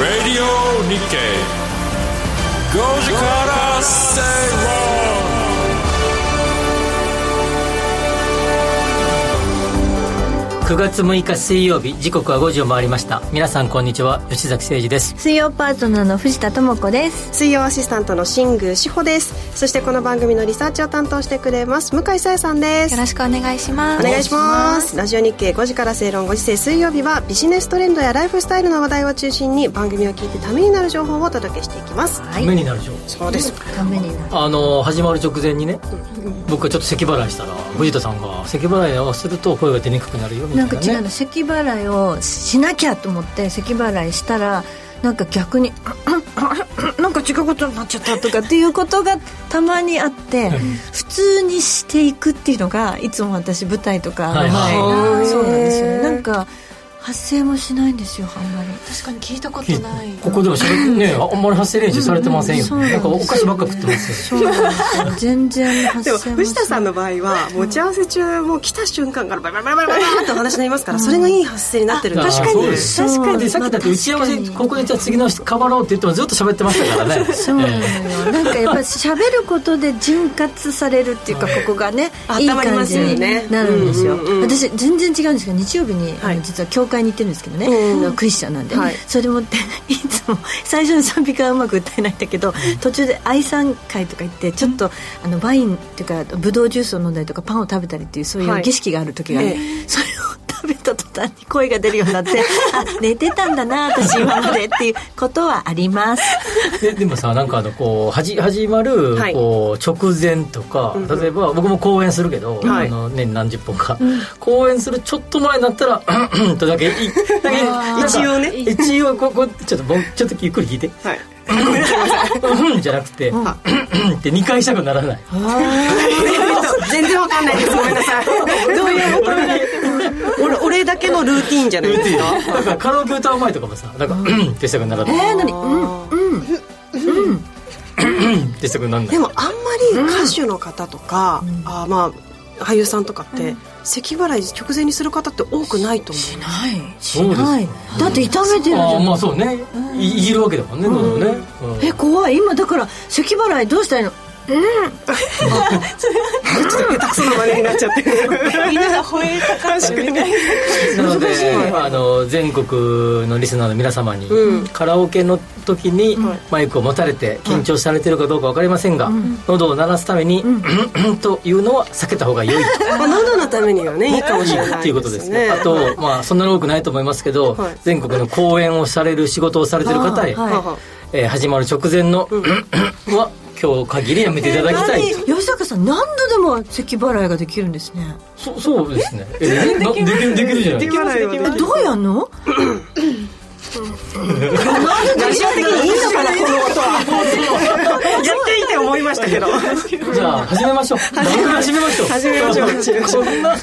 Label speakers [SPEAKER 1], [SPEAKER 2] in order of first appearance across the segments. [SPEAKER 1] Radio Nikkei. Goji Kara Seiwa.
[SPEAKER 2] 9月6日水曜日時刻は5時を回りました皆さんこんにちは吉崎誠二です
[SPEAKER 3] 水曜パートナーの藤田智子です
[SPEAKER 4] 水曜アシスタントの新宮志保ですそしてこの番組のリサーチを担当してくれます向井沙耶さんです
[SPEAKER 3] よろしくお願いしま
[SPEAKER 4] お
[SPEAKER 3] す
[SPEAKER 4] 願いしますラジオ日経5時から正論ご時世水曜日はビジネストレンドやライフスタイルの話題を中心に番組を聞いてためになる情報をお届けしていきます
[SPEAKER 3] はい
[SPEAKER 2] 目になるでしょ
[SPEAKER 4] そう です
[SPEAKER 3] ためになる
[SPEAKER 2] あの始まる直前にね僕がちょっと咳払いしたら藤田さんが咳払いをすると声が出にくくなるよみた
[SPEAKER 3] ないんか
[SPEAKER 2] な
[SPEAKER 3] 違う
[SPEAKER 2] ね
[SPEAKER 3] の咳払いをしなきゃと思って咳払いしたらなんか逆にあああなんか違うことになっちゃったとかっていうことがたまにあって普通にしていくっていうのがいつも私舞台とかの前、
[SPEAKER 2] はいは
[SPEAKER 3] そうなんですよねなんか発声もしないんですよあんまり
[SPEAKER 5] 確かに聞いたことない
[SPEAKER 2] ここでもしゃべねああんまり発声練習されてませんよ、
[SPEAKER 3] うんうん
[SPEAKER 2] なんかお菓子ばっか食ってます
[SPEAKER 3] そうなんですよ全然発
[SPEAKER 4] で
[SPEAKER 3] 声
[SPEAKER 4] も
[SPEAKER 3] もしない
[SPEAKER 4] 藤田さんの場合は持ち合わせ中もう来た瞬間からバリバリバリバリバリってお話になりますからそれがいい発声になってるん
[SPEAKER 2] よ
[SPEAKER 4] で
[SPEAKER 2] あーそうです
[SPEAKER 3] 確かに
[SPEAKER 2] でさっきだって打ち合わせ
[SPEAKER 3] まあ確かに
[SPEAKER 2] ここでじゃあ次の人変わろうって言ってもずっと喋ってましたからね
[SPEAKER 3] そうなのよ
[SPEAKER 2] ええ、
[SPEAKER 3] なんかやっぱり喋ることで潤滑されるっていうかここがね
[SPEAKER 4] あ
[SPEAKER 3] いい
[SPEAKER 4] 温まり
[SPEAKER 3] 感
[SPEAKER 4] ます
[SPEAKER 3] じ
[SPEAKER 4] よね
[SPEAKER 3] になるんですよ
[SPEAKER 4] うんうんうん
[SPEAKER 3] 私全然違うんですけど日曜日にあ
[SPEAKER 4] は
[SPEAKER 3] の
[SPEAKER 4] い
[SPEAKER 3] 実は教会に行ってるんですけどね
[SPEAKER 4] うん
[SPEAKER 3] あのクリスチャンなんで
[SPEAKER 4] はい
[SPEAKER 3] それでもって いつも最初の賛美歌はうまく歌えないんだけど途中で愛賛会とか行ってちょっとあのワインっていうかブドウジュースを飲んだりとかパンを食べたりっていうそうい
[SPEAKER 4] は
[SPEAKER 3] う
[SPEAKER 4] い
[SPEAKER 3] 儀式がある時がある
[SPEAKER 4] え
[SPEAKER 3] それを食べた途端に声が出るようになってあ寝てたんだな私今までっていうことはあり ます
[SPEAKER 2] ででもさなんかあのこうはじ始まる
[SPEAKER 4] はい
[SPEAKER 2] こう直前とか、
[SPEAKER 4] うんうん
[SPEAKER 2] 例えば僕も公演するけど、
[SPEAKER 4] はい
[SPEAKER 2] あの年何十本か、公演するちょっと前になったら「とだけいだけなんか
[SPEAKER 4] 一応ね
[SPEAKER 2] 一応ここちょっとぼんちょっとゆっくり聞いて
[SPEAKER 4] は
[SPEAKER 2] 「
[SPEAKER 4] い
[SPEAKER 2] じゃなくて「って2回したくならない
[SPEAKER 4] 全然わかんないですごめん なさい どういう俺俺だけのルーティーンじゃないですか
[SPEAKER 2] だからカラオケ歌う前とかもさなんか「うん」ってしたくならない
[SPEAKER 3] えー、何
[SPEAKER 2] 「ってしたくならない
[SPEAKER 4] でもあんまり歌手の方とか、あーまあ俳優さんとかって、咳払い直前にする方って多くないと思う
[SPEAKER 3] ないし
[SPEAKER 2] そうです
[SPEAKER 3] ないだって痛めてるじ
[SPEAKER 2] あ
[SPEAKER 3] ゃ
[SPEAKER 2] あ
[SPEAKER 3] ん、
[SPEAKER 2] まあそうねいいじるわけだもんねどうぞね、うん
[SPEAKER 3] え怖い今だから咳払いどうしたらいいの
[SPEAKER 4] 下手くそな真似になっちゃってる
[SPEAKER 5] みんなが吠えたかったみたいな
[SPEAKER 2] なので、あの全国のリスナーの皆様に、
[SPEAKER 4] うん
[SPEAKER 2] カラオケの時にマイクを持たれて緊張されてるかどうか分かりませんが、喉を鳴らすために、 というのは避けた方が良い
[SPEAKER 4] まあ喉のためには ねいいかもしれない
[SPEAKER 2] っていうことですね。あ
[SPEAKER 4] はい
[SPEAKER 2] と、まあそんなに多くないと思いますけど
[SPEAKER 4] はい、
[SPEAKER 2] 全国の公演をされる仕事をされてる方へ
[SPEAKER 3] あーはい
[SPEAKER 2] えー始まる直前の は今日限りやめていただきたい。
[SPEAKER 3] 何吉坂さん何度でも咳払いができるんですね
[SPEAKER 2] そうそうですね。えーなできるできるじゃない。
[SPEAKER 4] 払いはでき
[SPEAKER 3] え
[SPEAKER 4] る
[SPEAKER 3] どうやん のなんで
[SPEAKER 4] ラジオ的にいいのかなこの音は やっていて思いましたけど
[SPEAKER 2] じゃあ始めましょう。始めましょう。
[SPEAKER 4] 始めましょう始めましょう
[SPEAKER 2] こんな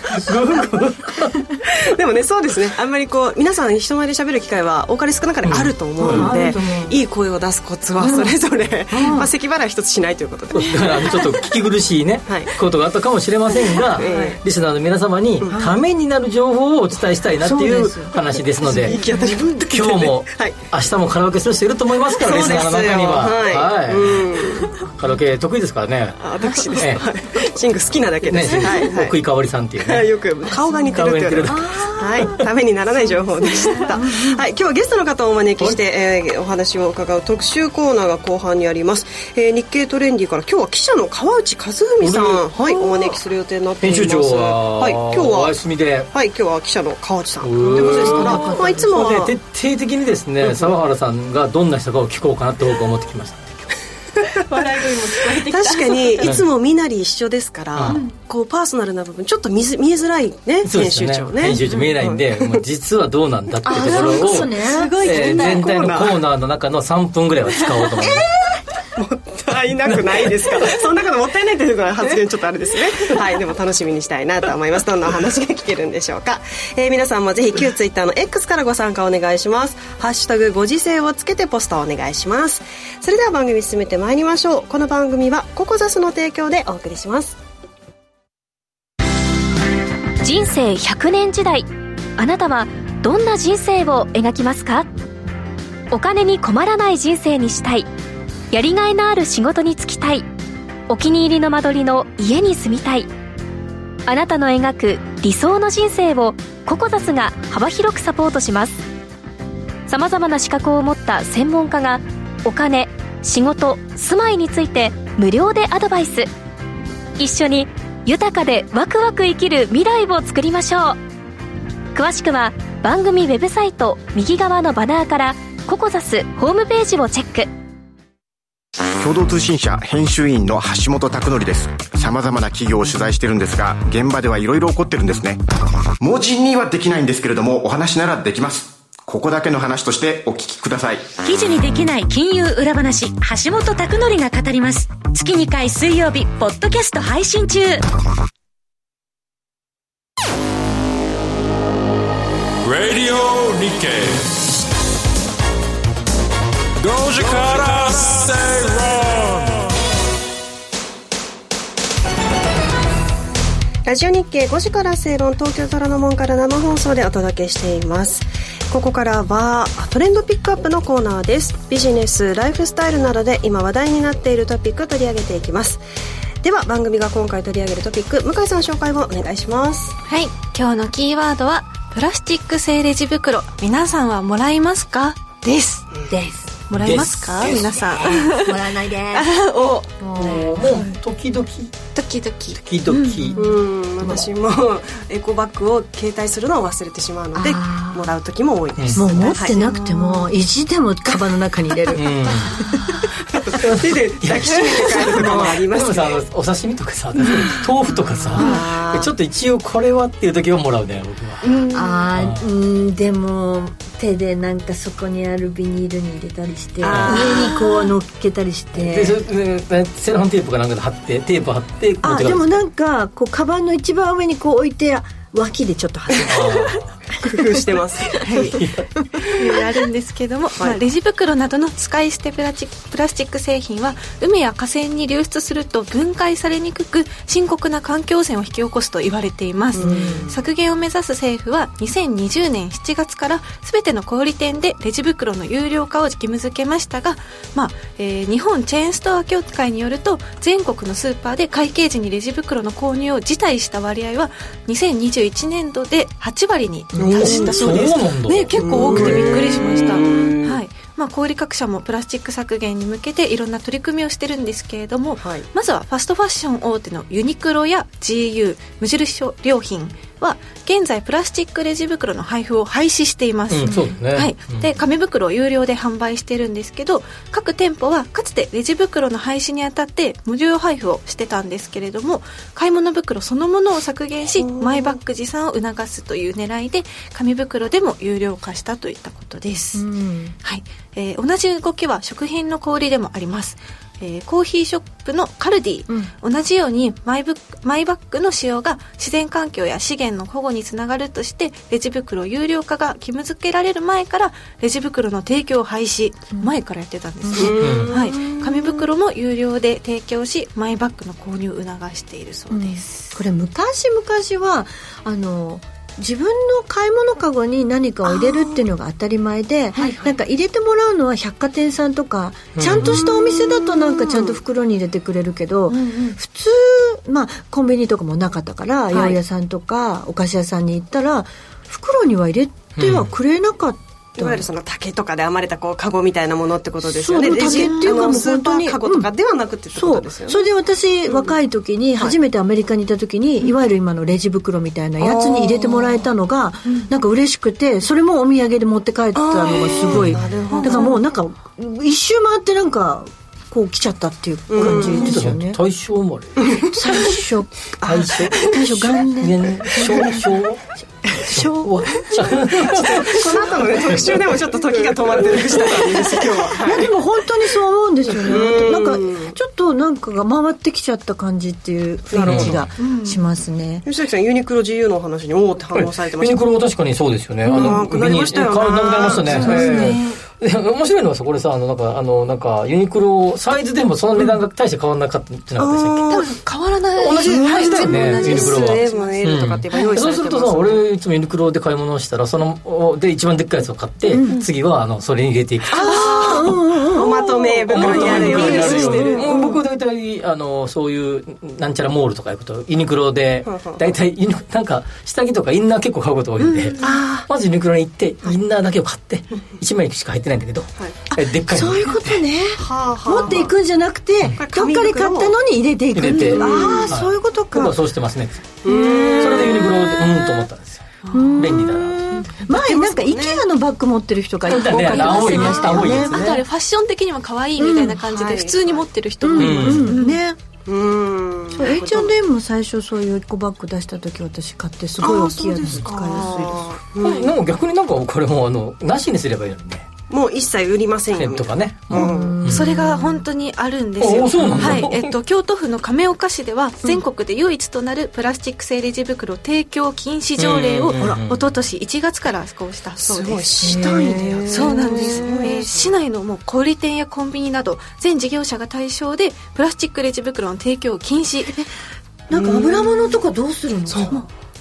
[SPEAKER 4] でもねそうですねあんまりこう皆さん人前で喋る機会は多かれ少なかれあると思うの
[SPEAKER 3] うんあ
[SPEAKER 4] で
[SPEAKER 3] ると思う、
[SPEAKER 4] いい声を出すコツはそれぞれ、まあ咳払い一つしないということで
[SPEAKER 2] だからあのちょっと聞き苦しいね、
[SPEAKER 4] はい
[SPEAKER 2] ことがあったかもしれませんが、
[SPEAKER 4] え
[SPEAKER 2] リスナーの皆様にためになる情報をお伝えしたいなってい
[SPEAKER 3] そううです
[SPEAKER 2] 話ですので。
[SPEAKER 4] 息当たり分だけで
[SPEAKER 2] 今
[SPEAKER 4] ね
[SPEAKER 2] 日も、
[SPEAKER 4] はい
[SPEAKER 2] 明日もカラオケする人いると思いますから、リ
[SPEAKER 4] そう
[SPEAKER 2] ス
[SPEAKER 4] で
[SPEAKER 2] ナー
[SPEAKER 4] す
[SPEAKER 2] の
[SPEAKER 4] よ
[SPEAKER 2] 中には。
[SPEAKER 4] はい
[SPEAKER 2] はいカラオケ得意ですからね。
[SPEAKER 4] あ私です、
[SPEAKER 2] ええ
[SPEAKER 4] はいシング好きなだけで
[SPEAKER 2] ね、
[SPEAKER 4] す、はいはい
[SPEAKER 2] 奥井かおりさんっていう
[SPEAKER 4] はい
[SPEAKER 2] ね。
[SPEAKER 4] よく顔が似てるっていうの
[SPEAKER 2] 顔が
[SPEAKER 4] はい、ためにならない情報でした。 はい、今日はゲストの方をお招きして、えーお話を伺う特集コーナーが後半にあります。えー日経トレンディから今日は記者の川内和文さ
[SPEAKER 2] お
[SPEAKER 4] ん、はい、お招きする予定になってい
[SPEAKER 2] 編
[SPEAKER 4] ます。
[SPEAKER 2] 集長は、
[SPEAKER 4] はい、今日
[SPEAKER 2] お
[SPEAKER 4] は
[SPEAKER 2] 休みで。
[SPEAKER 4] はい、今日は記者の川内さんと
[SPEAKER 2] ー
[SPEAKER 4] いうことですか ら、まあいつもは
[SPEAKER 2] で徹底的にですね、沢原さんがどんな人かを聞こうかなって僕は思ってきました。
[SPEAKER 5] 笑い声も聞こえてきた
[SPEAKER 4] 確 かにいつも身なり一緒ですから、こうパーソナルな部分ちょっと見ず見えづらいね
[SPEAKER 2] そうです
[SPEAKER 4] 編集
[SPEAKER 2] ね
[SPEAKER 4] 長ね
[SPEAKER 2] 編集長見えないんで、もう実はどうなんだっていうところ
[SPEAKER 3] あ
[SPEAKER 2] を
[SPEAKER 3] そうですねす
[SPEAKER 5] ごい
[SPEAKER 2] えー
[SPEAKER 5] 気になる
[SPEAKER 2] 全体のコーナーの中の3分ぐらいは使おうと思います、
[SPEAKER 4] 足りなくないです かそんなこともったいないというのは発言ちょっとあれですね はいでも楽しみにしたいなと思いますどんなお話が聞けるんでしょう か、えー皆さんもぜひ旧ツイッターの X からご参加お願いしますハッシュタグご時世をつけてポスターお願いしますそれでは番組進めてまいりましょうこの番組はココザスの提供でお送りします
[SPEAKER 6] 人生100年時代あなたはどんな人生を描きますかお金に困らない人生にしたいやりがいのある仕事に就きたいお気に入りの間取りの家に住みたいあなたの描く理想の人生をココザスが幅広くサポートしますさまざまな資格を持った専門家がお金仕事住まいについて無料でアドバイス一緒に豊かでワクワク生きる未来を作りましょう詳しくは番組ウェブサイト右側のバナーからココザスホームページをチェック
[SPEAKER 7] 共同通信社編集員の橋本拓典です様々な企業を取材してるんですが現場ではいろいろ起こってるんですね文字にはできないんですけれどもお話ならできますここだけの話としてお聞きください
[SPEAKER 8] 記事にできない金融裏話橋本拓典が語ります月2回水曜日ポッドキャスト配信中
[SPEAKER 1] Radio Nikkei. Goji Kara Stay Wrong.
[SPEAKER 4] ラジオ日経5時から正論東京虎ノ門から生放送でお届けしていますここからはトレンドピックアップのコーナーですビジネスライフスタイルなどで今話題になっているトピック取り上げていきますでは番組が今回取り上げるトピック向井さん紹介をお願いします
[SPEAKER 5] はい今日のキーワードはプラスチック製レジ袋皆さんはもらいますかです
[SPEAKER 3] です
[SPEAKER 5] もらいますか
[SPEAKER 2] です
[SPEAKER 5] 皆さん
[SPEAKER 3] もらわないで
[SPEAKER 5] お
[SPEAKER 3] すも
[SPEAKER 2] も
[SPEAKER 3] う
[SPEAKER 2] う時々
[SPEAKER 5] ドキドキ
[SPEAKER 2] 時々、
[SPEAKER 4] うん私も エコバッグを携帯するのを忘れてしまうので
[SPEAKER 3] あー
[SPEAKER 4] もらう時も多いです
[SPEAKER 3] もう持ってなくても意地でもカバンの中に入れる
[SPEAKER 2] うん
[SPEAKER 4] はい手で抱きしめて帰ることもあります
[SPEAKER 2] でもさあのお刺身とかさ豆腐とか
[SPEAKER 4] あ
[SPEAKER 2] さ
[SPEAKER 4] ー
[SPEAKER 2] ちょっと一応これはっていう時はもらうね僕は
[SPEAKER 3] あーうんでも手でなんかそこにあるビニールに入れたりして上
[SPEAKER 4] あ
[SPEAKER 3] にこう乗っけたりし
[SPEAKER 2] で
[SPEAKER 3] て
[SPEAKER 2] それねセロハンテープかなんかで貼ってテープ貼って持
[SPEAKER 3] あ
[SPEAKER 2] って
[SPEAKER 3] で
[SPEAKER 2] 帰
[SPEAKER 3] も
[SPEAKER 2] る
[SPEAKER 3] なんかこうカバンの一番上にこう置いて脇でちょっと挟む
[SPEAKER 4] 工夫し てます
[SPEAKER 5] あるんですけども、まあ、レジ袋などの使い捨てプラチプラスチック製品は海や河川に流出すると分解されにくく深刻な環境汚染を引き起こすと言われています削減を目指す政府は2020年7月から全ての小売店でレジ袋の有料化を義務付けましたが、まあえー日本チェーンストア協会によると全国のスーパーで会計時にレジ袋の購入を辞退した割合は2021年度で8割に達したそうです
[SPEAKER 2] そうなんだ
[SPEAKER 5] ね、結構多くてびっくりしました。はい。まあ、小売各社もプラスチック削減に向けていろんな取り組みをしてるんですけれども、
[SPEAKER 4] はい
[SPEAKER 5] まずはファストファッション大手のユニクロや GU 無印良品は現在プラスチックレジ袋の配布を廃止しています、
[SPEAKER 2] うんそうだね
[SPEAKER 5] はい
[SPEAKER 2] うん
[SPEAKER 5] で紙袋を有料で販売してるんですけど各店舗はかつてレジ袋の廃止にあたって無料配布をしてたんですけれども買い物袋そのものを削減しマイバッグ持参を促すという狙いで紙袋でも有料化したといったことです、はいえー同じ動きは食品の小売りでもあります、えーコーヒーショップのカルディ、同じようにマイブマイバッグの使用が自然環境や資源の保護につながるとしてレジ袋有料化が義務付けられる前からレジ袋の提供を廃止、前からやってたんですね、はい、紙袋も有料で提供しマイバッグの購入を促しているそうです、
[SPEAKER 3] これ昔々はあの自分の買い物かごに何かを入れるっていうのが当たり前で、なんか入れてもらうのは百貨店さんとか、ちゃんとしたお店だとなんかちゃんと袋に入れてくれるけど、普通、まあ、コンビニとかもなかったから、八百屋さんとかお菓子屋さんに行ったら袋には入れてはくれなかった、
[SPEAKER 4] いわゆるその竹とかで編まれたこうカゴみたいなものってことですよね
[SPEAKER 3] そう
[SPEAKER 4] レジ
[SPEAKER 3] 竹っていうか
[SPEAKER 4] あの
[SPEAKER 3] もう
[SPEAKER 4] スー
[SPEAKER 3] 本
[SPEAKER 4] パ
[SPEAKER 3] 当に
[SPEAKER 4] ーカゴとかではなくてってこ
[SPEAKER 3] そ
[SPEAKER 4] と
[SPEAKER 3] う
[SPEAKER 4] ですよね
[SPEAKER 3] それで私、若い時に初めてアメリカにいた時に、い、わゆる今のレジ袋みたいなやつに入れてもらえたのが、なんか嬉しくてそれもお土産で持って帰ったのがすごいだからもうなんか一周回ってなんかこう来ちゃったっていう感じですよね、
[SPEAKER 2] 大正生まれ
[SPEAKER 3] 最初あ
[SPEAKER 2] 大正
[SPEAKER 3] 最初元年
[SPEAKER 2] 年昭和昭和
[SPEAKER 4] この後のね特集でもちょっと時が止まってる 藤田さんです今日は、
[SPEAKER 3] いや
[SPEAKER 4] はい
[SPEAKER 3] でも本当にそう思うんですよねなんかちょっとなんかが回ってきちゃった感じっていう雰囲気がしますね、
[SPEAKER 4] 吉崎さんユニクロ GU のお話におおって反応されてま
[SPEAKER 2] ユ
[SPEAKER 4] し
[SPEAKER 2] ニ
[SPEAKER 4] た
[SPEAKER 2] クロも確かにそうですよねあ
[SPEAKER 4] うんなくなりましたよね
[SPEAKER 2] ビニール買うなくなりましたね
[SPEAKER 4] そうですね
[SPEAKER 2] ええで面白いのはさこれさあのなんかあのなんかユニクロサイズでもその値段が大して変わらなかったってなかったでしたっけ
[SPEAKER 5] 多分変わらない
[SPEAKER 2] 同じ
[SPEAKER 5] は
[SPEAKER 2] サイズだよ
[SPEAKER 5] 全
[SPEAKER 2] ね
[SPEAKER 5] 部同じ
[SPEAKER 2] ユニクロは
[SPEAKER 4] S、M、L とかって今用意さ
[SPEAKER 2] そう
[SPEAKER 4] れて
[SPEAKER 2] す
[SPEAKER 4] ま
[SPEAKER 2] る
[SPEAKER 4] す
[SPEAKER 2] とさ俺いつもユニクロで買い物をしたらそのおで一番でっかいやつを買って、次はあのそれに入れていく
[SPEAKER 4] おまとめ袋になるようにしてる
[SPEAKER 2] もう僕は大体あのそういうなんちゃらモールとか行くとユニクロで
[SPEAKER 4] んうん
[SPEAKER 2] 大体ユニなんか下着とかインナー結構買うこと多いんで、まずユニクロに行ってインナーだけを買って1枚しか入ってないんだけど、えでっかいの
[SPEAKER 3] そういうことね
[SPEAKER 4] はあはあ
[SPEAKER 3] 持っていくんじゃなくてどっか
[SPEAKER 4] 紙
[SPEAKER 3] で買った
[SPEAKER 4] 袋を
[SPEAKER 3] のに入れていく
[SPEAKER 2] 入れて
[SPEAKER 3] ああ
[SPEAKER 2] はい
[SPEAKER 3] そういうことか
[SPEAKER 2] 僕はそうしてますねそれでユニクロでうんと思ったんですよ便利だなと
[SPEAKER 3] 前なんか IKEA のバッグ持ってる人が多かったり
[SPEAKER 2] 青い
[SPEAKER 3] ま
[SPEAKER 2] ね
[SPEAKER 3] したよ
[SPEAKER 2] 青いやつ
[SPEAKER 3] ね
[SPEAKER 5] あとあれ
[SPEAKER 2] ね
[SPEAKER 5] ファッション的にも可愛いみたいな感じ
[SPEAKER 4] うんはい
[SPEAKER 5] で普通に持ってる人もいま
[SPEAKER 2] う
[SPEAKER 5] す
[SPEAKER 2] ん
[SPEAKER 3] うんね
[SPEAKER 4] うん
[SPEAKER 3] そう H&M も最初そういうエコバッグ出した時私買ってすごい大きいやつ使いやすいです
[SPEAKER 2] うんでも逆になんかこれもあのなしにすればいいのにね
[SPEAKER 4] もう一切売りません
[SPEAKER 2] ペ
[SPEAKER 4] よ
[SPEAKER 2] ン
[SPEAKER 4] み
[SPEAKER 2] と
[SPEAKER 4] たいな
[SPEAKER 2] かね
[SPEAKER 4] うん
[SPEAKER 5] それが本当にあるんですよ。
[SPEAKER 2] おそうなんだ
[SPEAKER 5] はい、 えっと京都府の亀岡市では全国で唯一となるプラスチック製レジ袋提供禁止条例を
[SPEAKER 2] うんうんうん
[SPEAKER 5] 一昨年1月から施行したそうです。
[SPEAKER 4] 死単位でやって
[SPEAKER 5] そうなんです、えー市内のもう小売店やコンビニなど全事業者が対象でプラスチックレジ袋の提供を禁止
[SPEAKER 3] なんか油物とかどうするのそう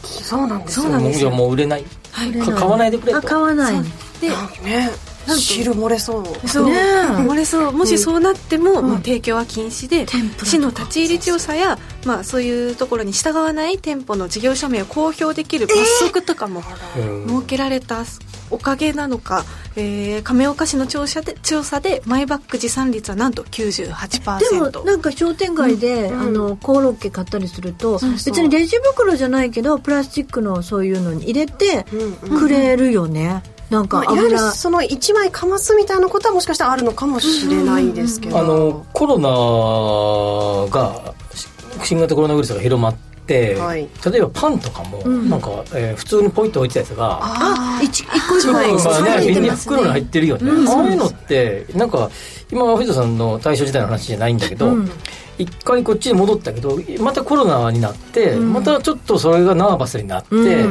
[SPEAKER 4] そうなんです
[SPEAKER 5] そうなんです
[SPEAKER 2] いや
[SPEAKER 5] よ
[SPEAKER 2] もう売れない
[SPEAKER 5] はい
[SPEAKER 2] か買わないでくれと
[SPEAKER 3] あ買わないね
[SPEAKER 5] で
[SPEAKER 4] ね汁漏れそう
[SPEAKER 5] そう、
[SPEAKER 3] ねえ
[SPEAKER 5] 漏れそうもしそうなっても、もう提供は禁止で
[SPEAKER 3] 店舗
[SPEAKER 5] 市の立ち入り調査や、まあ、そういうところに従わない店舗の事業者名を公表できる罰則とかも
[SPEAKER 2] うん
[SPEAKER 5] 設けられたおかげなのか、えー亀岡市の調査で調査でマイバッグ持参率はなんと98%
[SPEAKER 3] でもなんか商店街で、あのコロッケ買ったりすると別にレジ袋じゃないけどプラスチックのそういうのに入れてくれるよね、なんか
[SPEAKER 4] まあ、いわゆる
[SPEAKER 3] 油、
[SPEAKER 4] その一枚かますみたいなことはもしかしたらあるのかもしれないですけど、
[SPEAKER 2] あのコロナがし新型コロナウイルスが広まって、
[SPEAKER 4] はい
[SPEAKER 2] 例えばパンとかも、なんか、えー普通にポイッと置いてたやつが
[SPEAKER 3] あ一一個一個
[SPEAKER 2] まあ
[SPEAKER 3] 入
[SPEAKER 2] ね
[SPEAKER 3] れ
[SPEAKER 2] ビ
[SPEAKER 3] て
[SPEAKER 2] ニ
[SPEAKER 3] ま
[SPEAKER 2] ー
[SPEAKER 3] す
[SPEAKER 2] 袋に入ってるよね、ああいうのってなんか今は藤田さんの対象時代の話じゃないんだけど、一回こっちに戻ったけどまたコロナになって、またちょっとそれがナーバスになって、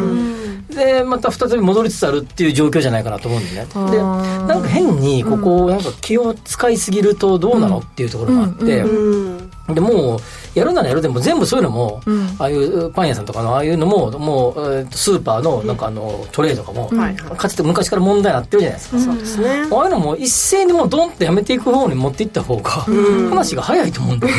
[SPEAKER 2] でまた再び戻りつつあるっていう状況じゃないかなと思うんだよねでなんか変にここなんか気を使いすぎるとどうなのっていうところがあって、
[SPEAKER 4] うん
[SPEAKER 2] でもうやるならやるでも全部そういうのも、ああいうパン屋さんとかのああいうのももう、えーとスーパーのなんかあの、トレーとかも、
[SPEAKER 4] はい
[SPEAKER 2] かつて昔から問題になってるじゃないですか、
[SPEAKER 4] そうですね、
[SPEAKER 2] ああいうのも一斉にもうドンってやめていく方に持っていった方が、話が早いと思うんだよ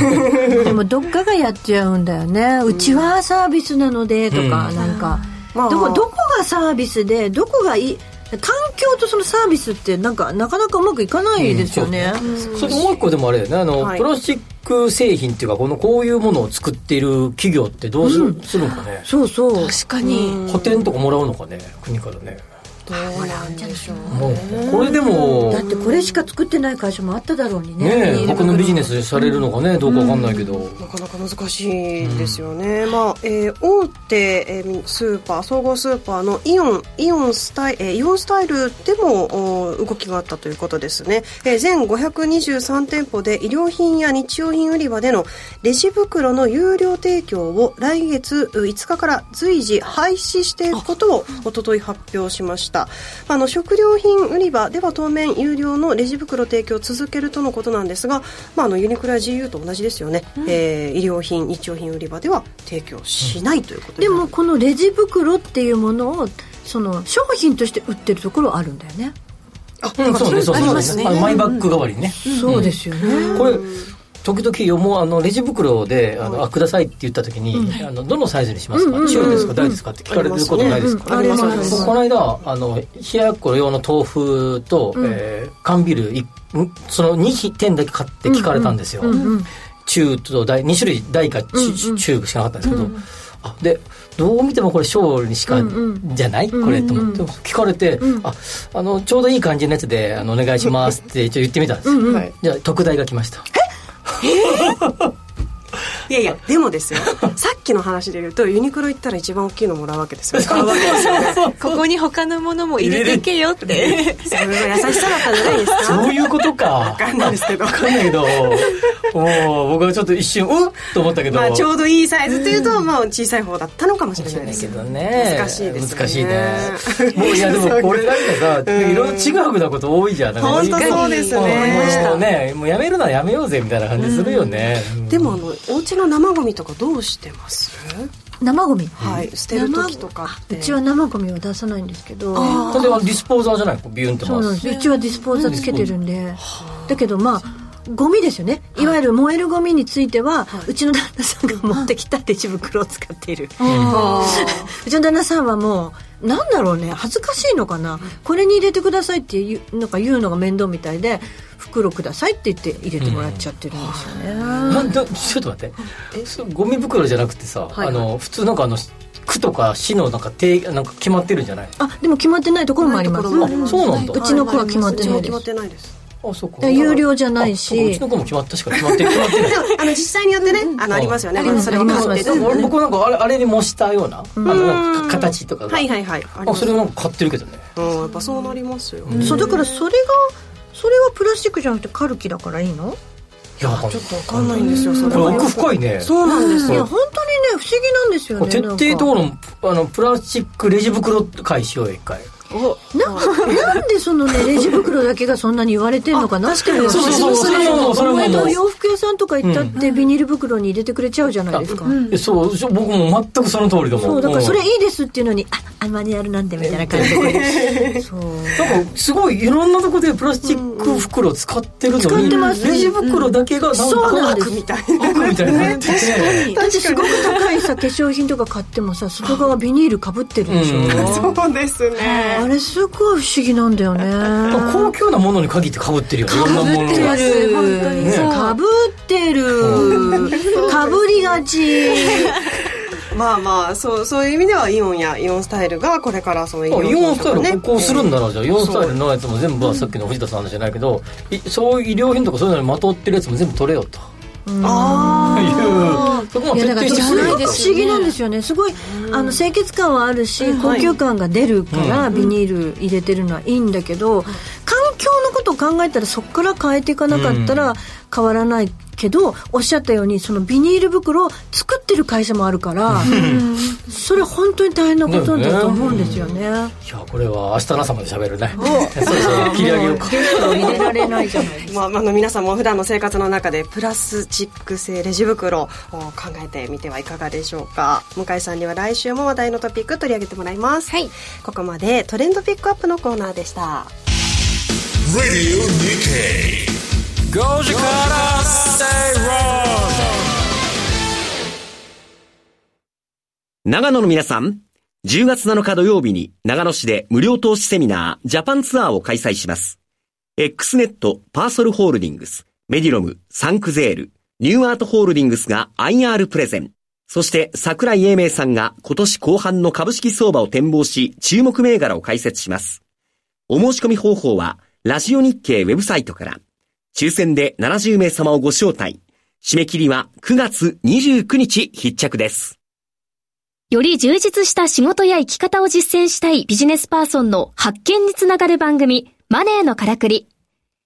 [SPEAKER 2] ね、
[SPEAKER 3] でもどっかがやっちゃうんだよね、うちはサービスなのでとか、
[SPEAKER 2] う
[SPEAKER 3] なんか、
[SPEAKER 4] まあ
[SPEAKER 3] どこどこがサービスでどこがいい環境とそのサービスってなんかなかなかうまくいかないですよね、
[SPEAKER 2] それともう一個でもあれだよねあの、
[SPEAKER 4] はい
[SPEAKER 2] プラスチック製品っていうかこのこういうものを作っている企業ってどうする,、ん、するのかね
[SPEAKER 3] そうそう
[SPEAKER 5] 確かに
[SPEAKER 2] 補填とかもらうのかね国からね
[SPEAKER 4] どうなんでしょう
[SPEAKER 2] もうこれでも
[SPEAKER 3] だってこれしか作ってない会社もあっただろうにね
[SPEAKER 2] ねえ僕のビジネスされるのかねどうかわかんないけど、
[SPEAKER 4] なかなか難しいですよね、まあえー大手、えースーパー総合スーパーのイオンイオンスタイ、えーイオンスタイルでもおー動きがあったということですね、えー全523店舗で衣料品や日用品売り場でのレジ袋の有料提供を来月う5日から随時廃止していくことをおととい発表しましたあの食料品売り場では当面有料のレジ袋提供を続けるとのことなんですが、まあ、あのユニクロや GU と同じですよね、えー衣料品日用品売り場では提供しないということ
[SPEAKER 3] で
[SPEAKER 4] になる
[SPEAKER 3] もこのレジ袋っていうものをその商品として売ってるところあるんだよね、
[SPEAKER 2] うん、そうね、そう
[SPEAKER 5] あり
[SPEAKER 2] そう
[SPEAKER 5] ま
[SPEAKER 2] そ
[SPEAKER 5] す
[SPEAKER 2] う、
[SPEAKER 5] ね
[SPEAKER 2] ね。あのマイバッグ代わりにね。
[SPEAKER 3] そうですよね、
[SPEAKER 2] これ、時々、もう、あの、レジ袋で、あの、あ、くださいって言った時に、あの、どのサイズにしますか中ですか大ですかって聞かれることないですか
[SPEAKER 4] あ
[SPEAKER 2] ら。
[SPEAKER 4] ります
[SPEAKER 3] ね
[SPEAKER 4] ねあります
[SPEAKER 2] 僕この間、あの、冷やっこ用の豆腐と、えー缶ビールい、んその2点だけ買って聞かれたんですよ。中と大、2種類大か中中しかなかったんですけど、あでどう見てもこれ小にしかじゃないこれと思って聞かれて「ああのちょうどいい感じのやつであのお願いし ます」って一応言ってみたんですよ
[SPEAKER 4] はい
[SPEAKER 2] じゃあ特大が来ました
[SPEAKER 4] いやいやでもです よさっきの話で言うとユニクロ行ったら一番大きいのもらうわけです よ買うわけですよね
[SPEAKER 5] ここに他のものも入れていけよって
[SPEAKER 4] それは優しさだったんじゃないですか
[SPEAKER 2] そういうことか。
[SPEAKER 4] わかんないですけど
[SPEAKER 2] わかんないけど、もう僕はちょっと一瞬、うんと思ったけど。
[SPEAKER 4] まあちょうどいいサイズというと、まあ小さい方だったのかもしれないです
[SPEAKER 2] けどね。
[SPEAKER 4] 難しいですよね
[SPEAKER 2] 難しいね。もういやでもこれなんかさ、いろいろちぐはぐなこと多いじゃん。なんか
[SPEAKER 4] 本当そうですね
[SPEAKER 2] もうもうね、もうやめるならやめようぜみたいな感じするよね。
[SPEAKER 4] でもあのお家の生ゴミとかどうしてます
[SPEAKER 3] 生ゴミ、
[SPEAKER 4] はい捨てる時とかって
[SPEAKER 3] 生うちは生ゴミは出さないんですけど
[SPEAKER 2] 例えばディスポーザーじゃないこうビューンと
[SPEAKER 3] そうなん
[SPEAKER 2] 回。
[SPEAKER 3] ですすうちはディスポーザーつけてるんでだけどまあゴミですよねいわゆる燃えるゴミについては、うちの旦那さんが持ってきたレジ袋を使っている うちの旦那さんはもうなんだろうね恥ずかしいのかなこれに入れてくださいって言うなんか言うのが面倒みたいで袋くださいって言って入れてもらっちゃってるんですよね、
[SPEAKER 2] なんだちょっと待ってそれゴミ袋じゃなくてさ、あの普通なんかあの区とか市のなんか定なんか決まってるんじゃない
[SPEAKER 3] あでも決まってないところもあります
[SPEAKER 4] ないところもあり
[SPEAKER 2] あそうなんだ
[SPEAKER 3] うちの子は決まって
[SPEAKER 4] うち
[SPEAKER 3] な
[SPEAKER 4] も
[SPEAKER 3] いで
[SPEAKER 4] 決
[SPEAKER 3] す
[SPEAKER 4] まってないです
[SPEAKER 2] あそうか
[SPEAKER 3] だから有料じゃない
[SPEAKER 2] あそうか
[SPEAKER 3] し
[SPEAKER 2] うちの子も決まったしか決まって決まってない
[SPEAKER 4] でもあの実際によってねあのありますよねそれを買って
[SPEAKER 2] でも俺僕なんかあれあれに模したようなあのなんか形とかが、
[SPEAKER 4] はいはいはいありま
[SPEAKER 2] あ
[SPEAKER 4] す
[SPEAKER 2] それをなんか買ってるけどね
[SPEAKER 4] うんやっぱそうなりますよ
[SPEAKER 3] そうだからそれがそれはプラスチックじゃなくてカルキだからいいの
[SPEAKER 2] いやちょっ
[SPEAKER 4] わかんないんですよそれ
[SPEAKER 2] これ
[SPEAKER 4] は
[SPEAKER 2] 奥深いね
[SPEAKER 4] そうなんです
[SPEAKER 3] いや
[SPEAKER 4] よ
[SPEAKER 3] 本当にね不思議なんですよ
[SPEAKER 2] これ
[SPEAKER 3] ね
[SPEAKER 2] 徹底討論あのプラスチックレジ袋回しようよ一回
[SPEAKER 3] なんかななんでそのねレジ袋だけがそんなに言われてんのかなっていうのが
[SPEAKER 2] そうそうそうそれもそれも
[SPEAKER 3] お前のお洋服屋さんとか行ったってビニール袋に入れてくれちゃうじゃないですか、
[SPEAKER 2] えそうそう僕も全くその通りだもん
[SPEAKER 3] そうだからそ
[SPEAKER 2] ん
[SPEAKER 3] れいいですっていうのにああマニュアルなんでみたいな感じでそう
[SPEAKER 2] なんかすごいいろんなとこでプラスチック袋使ってるのに、
[SPEAKER 3] 使ってます
[SPEAKER 2] レジ袋だけがなん
[SPEAKER 3] そうなん
[SPEAKER 2] か
[SPEAKER 3] です
[SPEAKER 4] みたい
[SPEAKER 2] 悪みたいになってて、
[SPEAKER 3] だってすごく高いさ化粧品とか買ってもさ外側ビニールかぶってるでしょ、
[SPEAKER 2] うん
[SPEAKER 4] なそうですね
[SPEAKER 3] あれすごい不思議なんだよね
[SPEAKER 2] 高級なものに限って被ってるよねいろんなもの
[SPEAKER 3] 被ってる
[SPEAKER 5] 本当にそう
[SPEAKER 3] かぶってるかぶりが ち
[SPEAKER 4] まあまあそうそういう意味ではイオンやイオンスタイルがこれからそのイ
[SPEAKER 2] あイオンスタイル
[SPEAKER 4] ね
[SPEAKER 2] 復興するんならじゃあイオンスタイルのやつも全部はさっきの藤田さんの話じゃないけど、いそういう衣料品とかそういうのにまとってるやつも全部取れよと
[SPEAKER 4] あ
[SPEAKER 2] いうそこも
[SPEAKER 3] い
[SPEAKER 2] 徹
[SPEAKER 3] やだか
[SPEAKER 2] 底し
[SPEAKER 3] ら
[SPEAKER 2] て
[SPEAKER 3] す
[SPEAKER 2] く
[SPEAKER 3] ご
[SPEAKER 2] れよ
[SPEAKER 3] く不思議なんですよねすごいあの清潔感はあるし高級感が出るからビニール入れてるのはいいんだけど環境のことを考えたらそこから変えていかなかったら変わらないけどおっしゃったようにそのビニール袋を作ってる会社もあるからそれ本当に大変なことだと思うんですよ ね。
[SPEAKER 2] いやこれは明日の朝まで喋るねそうそう切り上げようか
[SPEAKER 3] ゲストを入れられないじゃない ですか
[SPEAKER 4] まあ、まああの皆さんも普段の生活の中でプラスチック製レジ袋を考えてみてはいかがでしょうか向井さんには来週も話題のトピック取り上げてもらいます、はい、ここまでトレンドピックアップのコーナーでした
[SPEAKER 1] Radio Nikkei. Goji Kara Say Wrong.
[SPEAKER 9] 長野の皆さん、10月7日土曜日に長野市で無料投資セミナージャパンツアーを開催します。XNET パーソルホールディングス、メディロム、サンクゼール、ニューアートホールディングスが IR プレゼン。そして桜井英明さんが今年後半の株式相場を展望し注目銘柄を解説します。お申し込み方法はラジオ日経ウェブサイトから。抽選で70名様をご招待。締め切りは9月29日必着です。
[SPEAKER 6] より充実した仕事や生き方を実践したいビジネスパーソンの発見につながる番組、マネーのからくり。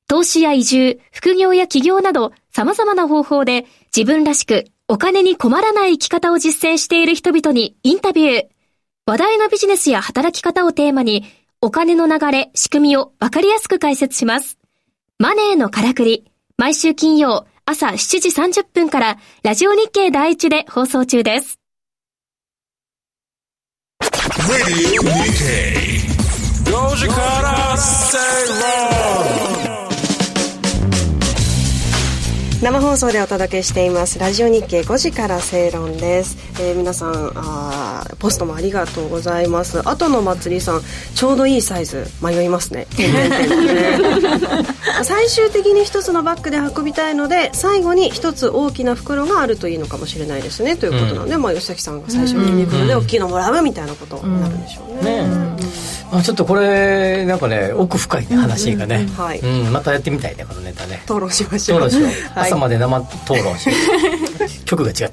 [SPEAKER 6] 投資や移住、副業や起業など様々な方法で自分らしくお金に困らない生き方を実践している人々にインタビュー。話題のビジネスや働き方をテーマにお金の流れ、仕組みをわかりやすく解説します。マネーのからくり。毎週金曜朝7時30分からラジオ日経第一で放送中です。
[SPEAKER 1] Radio Nikkei. Goji Kara Say Wrong.
[SPEAKER 4] 生放送でお届けしていますラジオ日経5時から正論です、えー皆さんあーポストもありがとうございますあとの祭りさんちょうどいいサイズ迷います ね点々点々ね最終的に一つのバッグで運びたいので最後に一つ大きな袋があるといいのかもしれないですねということなんで、まあ、吉崎さんが最初にユニクロで大きいのもらうみたいなことになるんでしょうね,、
[SPEAKER 2] ねまあ、ちょっとこれなんかね奥深いね話がね、
[SPEAKER 4] はい
[SPEAKER 2] うんまたやってみたいねこのネタね
[SPEAKER 4] 討論しまし
[SPEAKER 2] そ
[SPEAKER 4] ょ
[SPEAKER 2] ううなんですよ、
[SPEAKER 4] はい
[SPEAKER 2] 朝まで生討論して局が違って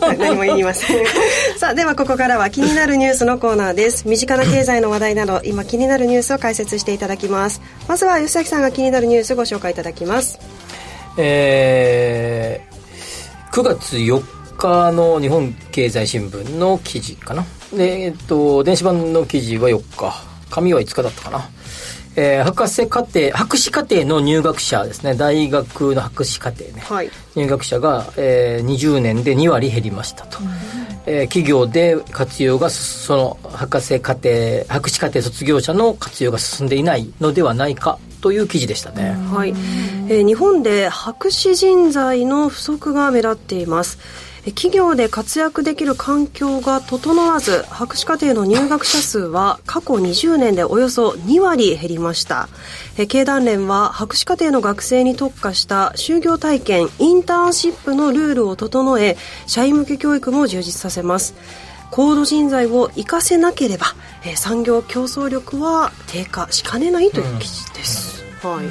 [SPEAKER 2] た
[SPEAKER 4] 何も言いません さあではここからは気になるニュースのコーナーです身近な経済の話題など今気になるニュースを解説していただきますまずは吉崎さんが気になるニュースご紹介いただきます
[SPEAKER 2] えー、9月4日の日本経済新聞の記事かなでえっと電子版の記事は4日紙は5日だったかなえー、博士課程博士課程の入学者ですね大学の博士課程ね、はい、入学者が、えー、20年で2割減りましたと、うん、えー、企業で活用がその博士課程博士課程卒業者の活用が進んでいないのではないかという記事でしたね、
[SPEAKER 4] うん、はいえー、日本で博士人材の不足が目立っています企業で活躍できる環境が整わず博士課程の入学者数は過去20年でおよそ2割減りました経団連は博士課程の学生に特化した就業体験インターンシップのルールを整え社員向け教育も充実させます高度人材を活かせなければ産業競争力は低下しかねないという記事です、うん、はい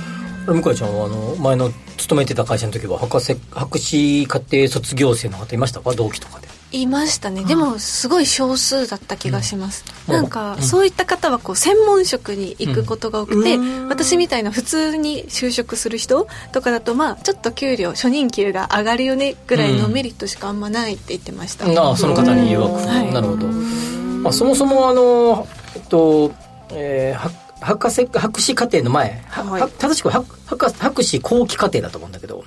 [SPEAKER 2] 向井ちゃんはあの前の勤めてた会社の時は博士博士課程卒業生の方いましたか同期とかで
[SPEAKER 5] いましたね、でもすごい少数だった気がします、うん、なんか、うん、そういった方はこう専門職に行くことが多くて、うん、私みたいな普通に就職する人とかだとまあちょっと給料初任給が上がるよねぐらいのメリットしかあんまないって言ってました、
[SPEAKER 2] ああその方に誘惑、はい、なるほど、まあ、そもそもあのえっと、えー、博士博士課程の前、はい、正しくは博博士後期課程だと思うんだけど、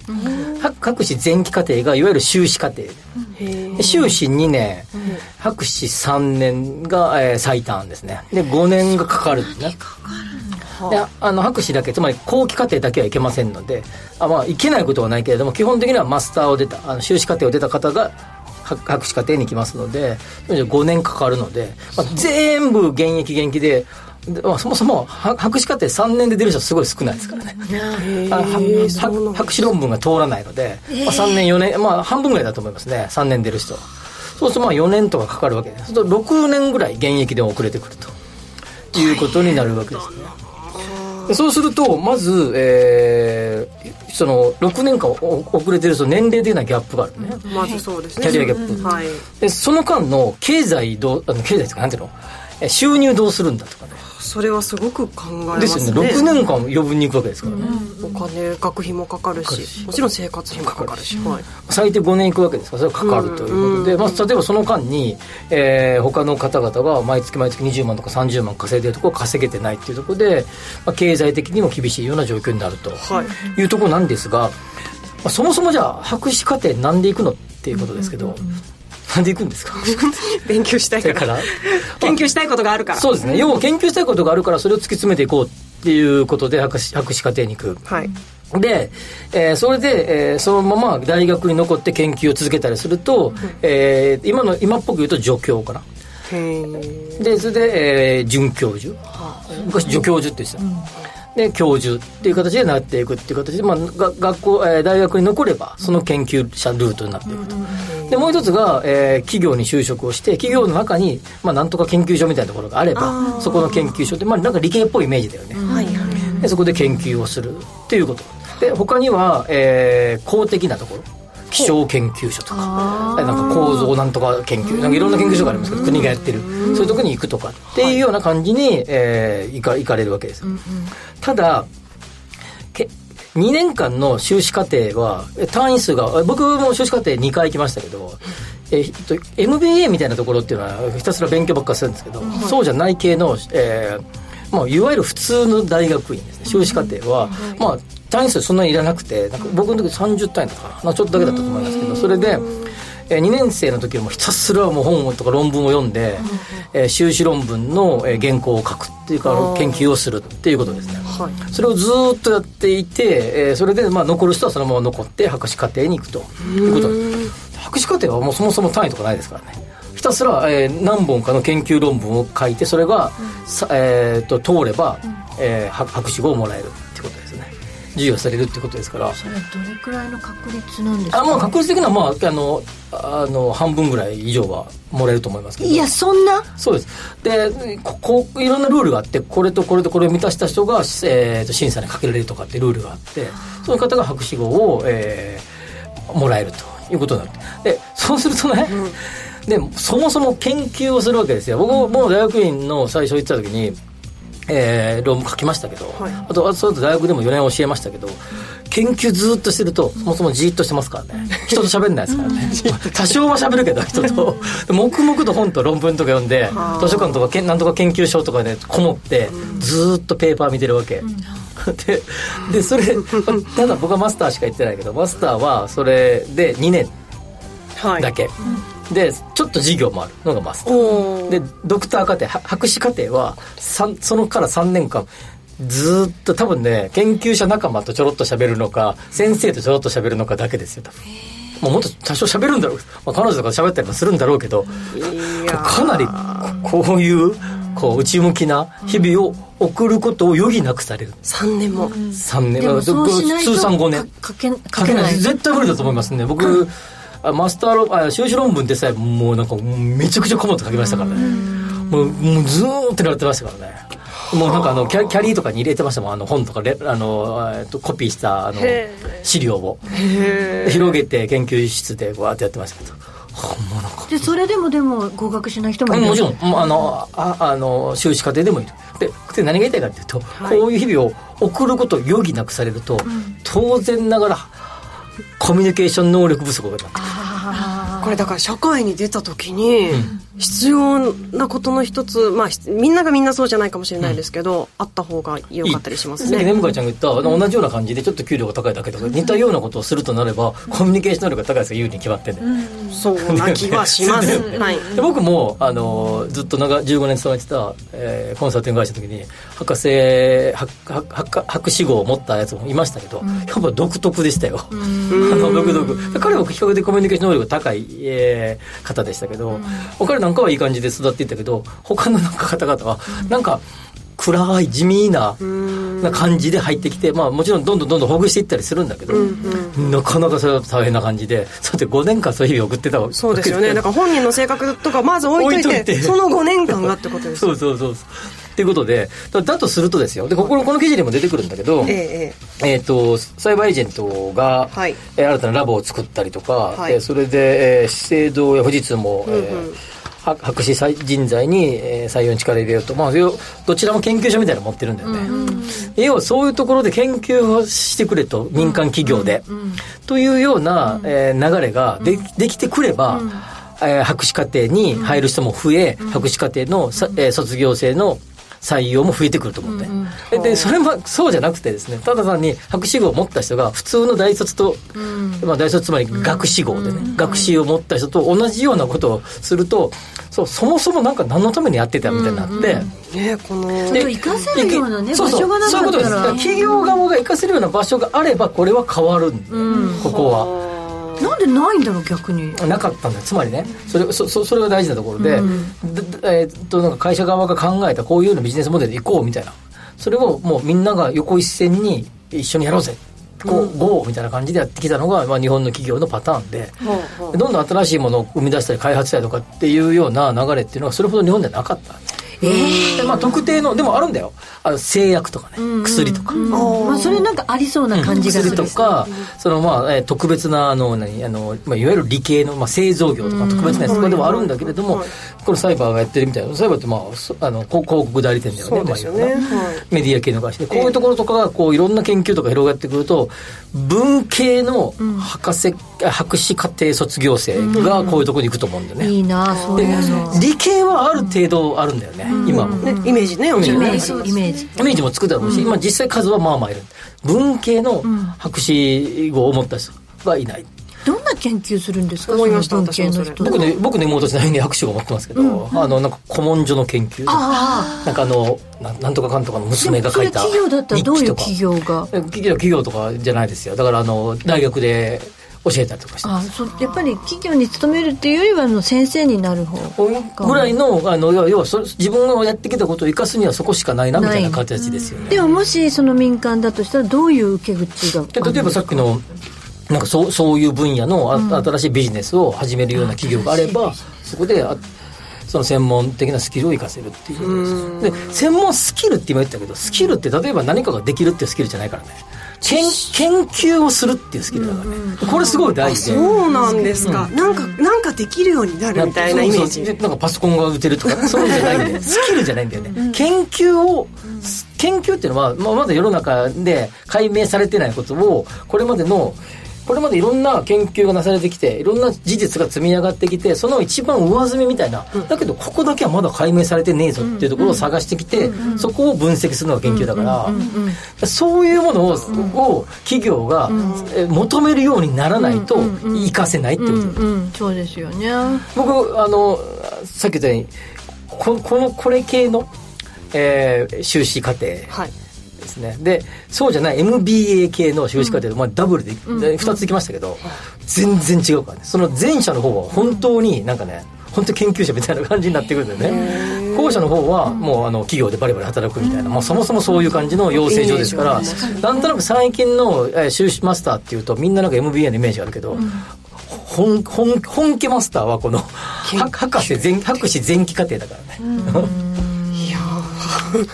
[SPEAKER 2] 博士前期課程がいわゆる修士課程、修士2年、博士3年が、えー、最短ですねで5年がかかるんですねであの博士だけつまり後期課程だけはいけませんのであ、まあ、いけないことはないけれども基本的にはマスターを出たあの修士課程を出た方が博士課程に行きますので5年かかるので、まあ、全部現役現役でまあ、そもそも博士課程3年で出る人すごい少ないですからね博士論文が通らないので、まあ、3年4年、まあ、半分ぐらいだと思いますね3年出る人はそうするとまあ4年とかかかるわけですと6年ぐらい現役で遅れてくるということになるわけですねそうするとまず、えー、その6年間遅れてると年齢的なギャップがあるね
[SPEAKER 4] まずそうですね
[SPEAKER 2] キャリアギャップ、はい、でその間の経済どうあの経済ですかなんていうの収入どうするんだとかね、
[SPEAKER 4] それはすごく考えます
[SPEAKER 2] ね、ですよね6年間余分に行くわけですからね、
[SPEAKER 4] うん、お金学費もかかるしもちろん生活費もかかるし、はい、
[SPEAKER 2] 最低5年行くわけですからそれはかかるということで、まあ、例えばその間に、えー、他の方々が毎月毎月20万とか30万稼いでるところ稼げてないっていうところで、まあ、経済的にも厳しいような状況になるというところなんですが、まあ、そもそもじゃあ博士課程なんで行くのっていうことですけど、なんで行くんです か
[SPEAKER 4] 勉強したいから研究したいことがあるから
[SPEAKER 2] そうですね要は研究したいことがあるからそれを突き詰めていこうっていうことで博士博士課程に行く、はい、で、えー、それで、えー、そのまま大学に残って研究を続けたりすると、うん、えー、今の今っぽく言うと助教かなでそれで、えー、准教授昔助教授って言ってた、うんで教授っていう形でなっていくっていう形で、まあ、が学校、えー、大学に残ればその研究者ルートになっていくと、でもう一つが、えー、企業に就職をして企業の中に、まあ、なんとか研究所みたいなところがあればそこの研究所って、まあ、なんか理系っぽいイメージだよね、でそこで研究をするっていうことで他には、えー、公的なところ気象研究所とかなんか構造なんとか研究なんかいろんな研究所がありますけど国がやってるそういうとこに行くとかっていうような感じに、はい、えー、行か行かれるわけです、うんうん、ただけ2年間の修士課程は単位数が僕も修士課程2回行きましたけど、えっと、MBA みたいなところっていうのはひたすら勉強ばっかするんですけど、はい、そうじゃない系の、えーまあ、いわゆる普通の大学院ですね修士課程は、うんはい、まあ、単位数そんなにいらなくてなんか僕の時30単位だったかなちょっとだけだったと思いますけどそれで、えー、2年生の時はもうひたすらもう本とか論文を読んで、えー、修士論文の原稿を書くっていうか研究をするっていうことですね、はい、それをずっとやっていて、えー、それでまあ残る人はそのまま残って博士課程に行くということです博士課程はもうそもそも単位とかないですからねひたすら、えー、何本かの研究論文を書いてそれが、うん、えーと、と通れば、えー、博士号をもらえるってことですね授与されるってことですから
[SPEAKER 3] それどれくらいの確率なんですか
[SPEAKER 2] あもう確率的には、まあ、あのあの半分ぐらい以上はもらえると思いますけど
[SPEAKER 3] いやそんな
[SPEAKER 2] そうですでここういろんなルールがあってこれとこれとこれを満たした人が、えー、と審査にかけられるとかってルールがあってそういう方が博士号を、えー、もらえるということになってでそうするとね、でそもそも研究をするわけですよ僕ももう大学院の最初行ってた時にえー、論文書きましたけど、あとあそれと大学でも4年教えましたけど研究ずっとしてるとそもそもじーっとしてますからね人と喋んないですからね多少は喋るけど人と黙々と本と論文とか読んで図書館とかけんなんとか研究所とかで、こもってずっとペーパー見てるわけ。 ででそれただ僕はマスターしか行ってないけどマスターはそれで2年
[SPEAKER 4] はい
[SPEAKER 2] だけ、でちょっと授業もあるのがマスタ
[SPEAKER 4] お
[SPEAKER 2] ー
[SPEAKER 4] ー
[SPEAKER 2] でドクター課程は博士課程はさんそのから3年間ずーっと多分ね研究者仲間とちょろっと喋るのか先生とちょろっと喋るのかだけですよ多分まあもっと多少喋るんだろう、まあ、彼女とか喋ったりもするんだろうけどかなりここういうこう内向きな日々を送ることを余儀なくされる
[SPEAKER 4] 3年も
[SPEAKER 2] 3年
[SPEAKER 3] でもそうしないと
[SPEAKER 2] 通算5年
[SPEAKER 3] かかけかけない
[SPEAKER 2] 絶対無理だと思いますね僕あマスターロあ修士論文でさえもうなんかもうめちゃくちゃこもって書きましたからねもうもうずーっとやってましたからねもうなんかあのキャキャリーとかに入れてましたもんあの本とかレあの、えっと、コピーしたあの資料を広げて研究室でわーってやってましたけどほんまなんか
[SPEAKER 3] でそれでもでも合格しない人もい
[SPEAKER 2] うん
[SPEAKER 3] る
[SPEAKER 2] もちろん、まあ、あのああの修士課程でもいるでで何が言いたいかというと、こういう日々を送ることを余儀なくされると、当然ながらコミュニケーション能力不足がなって
[SPEAKER 4] これだから社会に出た時に必要なことの一つ、まあ、ひみんながみんなそうじゃないかもしれないですけど、あった方が良かったりします
[SPEAKER 2] さっき
[SPEAKER 4] ね
[SPEAKER 2] ね向井ちゃんが言った、同じような感じでちょっと給料が高いだけとか、似たようなことをするとなればコミュニケーション能力が高いですが有利に決まってんね、
[SPEAKER 4] そうな気はしますはい
[SPEAKER 2] で僕もあのずっと長15年勤めてた、えーコンサルティング会社の時に博士博博博士号を持ったやつもいましたけど、やっぱ独特でしたよ、 あの独特で彼も比較的コミュニケーション能力が高い、えー方でしたけど、彼なんかはいい感じで育っていったけど他のなんか方々はなんか暗い地味なな感じで入ってきて、まあ、もちろんどんどんどんどんほぐしていったりするんだけど、なかなかそれは大変な感じでさて5年間そういう日々を送ってたわけ
[SPEAKER 4] そうで すよねだから本人の性格とかまず置いといて
[SPEAKER 2] 置いといて
[SPEAKER 4] その5年間がってことです
[SPEAKER 2] そうそうそうそう。っていうことで、だだとするとですよ。で、ここの、この記事にも出てくるんだけど、
[SPEAKER 4] ええ
[SPEAKER 2] えっ、
[SPEAKER 4] ええ
[SPEAKER 2] と、サイバーエージェントが、
[SPEAKER 4] はい
[SPEAKER 2] えー新たなラボを作ったりとか、
[SPEAKER 4] はい
[SPEAKER 2] えーそれで、えー資生堂や富士通も、えーは博士人材に、えー採用に力入れようと、まあ、要どちらも研究所みたいなの持ってるんだよね、要はそういうところで研究をしてくれと民間企業で、というような、えー流れがで,、できてくれば、えー博士課程に入る人も増え、博士課程のさ、えー卒業生の採用も増えてくると思って、ででそれもそうじゃなくてですねただ単に博士号を持った人が普通の大卒と、まあ、大卒つまり学士号でね、学士を持った人と同じようなことをするとそうそもそもなんか何のためにやってたみたいになって。
[SPEAKER 4] ねこの
[SPEAKER 2] で
[SPEAKER 3] で活かせるようなね
[SPEAKER 2] そうそう
[SPEAKER 3] 場所がなか
[SPEAKER 2] そう
[SPEAKER 3] ったら
[SPEAKER 2] いうことですだから企業側が活かせるような場所があればこれは変わるんで、ここは
[SPEAKER 3] なんでないんだろう逆に
[SPEAKER 2] なかったんだつまりねそれそそそれが大事なところで、ででえーっとなんか会社側が考えたこういうようなビジネスモデルでいこうみたいなそれをもうみんなが横一線に一緒にやろうぜこう、ゴーみたいな感じでやってきたのが、まあ、日本の企業のパターンで、どんどん新しいものを生み出したり開発したりとかっていうような流れっていうのはそれほど日本ではなかったでまあ、特定のでもあるんだよあの製薬とかね、薬とか、
[SPEAKER 3] まあそれなんかありそうな感じがす
[SPEAKER 2] 薬
[SPEAKER 3] る
[SPEAKER 2] とか、そのまあ、えー特別なあの何あの、まあ、いわゆる理系の、まあ、製造業とか特別なやつとかでもあるんだけれども、このサイバーがやってるみたいなサイバーって、まあそ、あのこ広告代理店だよね
[SPEAKER 4] そうですよね
[SPEAKER 2] まあいろんな
[SPEAKER 4] はい
[SPEAKER 2] メディア系の会社でこういうところとかがこういろんな研究とか広がってくると文系の博士、あ博士課程卒業生がこういうところに行くと思うんだよね、
[SPEAKER 3] いいなそう
[SPEAKER 2] で
[SPEAKER 3] いうの
[SPEAKER 2] 理系はある程度あるんだよね、今も。
[SPEAKER 4] ねイメージねお
[SPEAKER 3] イ
[SPEAKER 4] 店
[SPEAKER 3] メ
[SPEAKER 4] ね
[SPEAKER 3] ージイメージ
[SPEAKER 2] イメージも作っただろうし、まあ実際数はまあまあいる文系の博士号を持った人はいない、
[SPEAKER 3] どんな研究するんですか
[SPEAKER 4] 思いました
[SPEAKER 3] その文系の
[SPEAKER 4] 私もそ
[SPEAKER 3] 人
[SPEAKER 2] 僕ね僕の妹ちなみに博士号を持ってますけど、あのなんか古文書の研究
[SPEAKER 3] あ
[SPEAKER 2] なんかあのななんとかかんとかの
[SPEAKER 3] で
[SPEAKER 2] 娘
[SPEAKER 3] も
[SPEAKER 2] が
[SPEAKER 3] そ
[SPEAKER 2] 書
[SPEAKER 3] れ
[SPEAKER 2] いた
[SPEAKER 3] 企業だったらどういう企業が
[SPEAKER 2] え企業企業とかじゃないですよだからあの大学で教えたりとかして
[SPEAKER 3] あそうやっぱり企業に勤めるっていうよりはあの先生になる方
[SPEAKER 2] ぐらいのあの要は要はそ自分がやってきたことを生かすにはそこしかないなみたいな形ですよね。
[SPEAKER 3] でももしその民間だとしたらどういう受け口が
[SPEAKER 2] で例えばさっきのなんかそうそういう分野のあ、新しいビジネスを始めるような企業があればそこであその専門的なスキルを生かせるっていうで専門スキルって今言ったけどスキルって例えば何かができるっていうスキルじゃないからね研研究をするっていうスキルだからね、これすごい大事で。
[SPEAKER 4] そうなんですか、なんかなんかできるようになるみたいなイメージ
[SPEAKER 2] そうそうでなんかパソコンが打てるとか そういうんじゃないんだよスキルじゃないんだよね、研究を研究っていうのは、まあ、まだ世の中で解明されてないことをこれまでのこれまでいろんな研究がなされてきていろんな事実が積み上がってきてその一番上積みみたいな、だけどここだけはまだ解明されてねえぞっていうところを探してきて、そこを分析するのが研究だから、そういうものを,、を企業が、え求めるようにならないと活かせないってこと、
[SPEAKER 3] うんそうですよね
[SPEAKER 2] 僕あのさっき言ったようにここのこれ系の、えー修士課程
[SPEAKER 4] はい
[SPEAKER 2] ですねでそうじゃない MBA 系の修士課程で、まあ、ダブルで2ついきましたけど、全然違うからねその前者の方は本当になんかね、本当研究者みたいな感じになってくるんだよね後者の方はもうあの企業でバリバリ働くみたいな、もうそもそもそういう感じの養成所ですから、なんとなく最近のえー修士マスターっていうとみんななんか MBA のイメージがあるけど、本本本家マスターはこのは博士全博士前期課程だからね、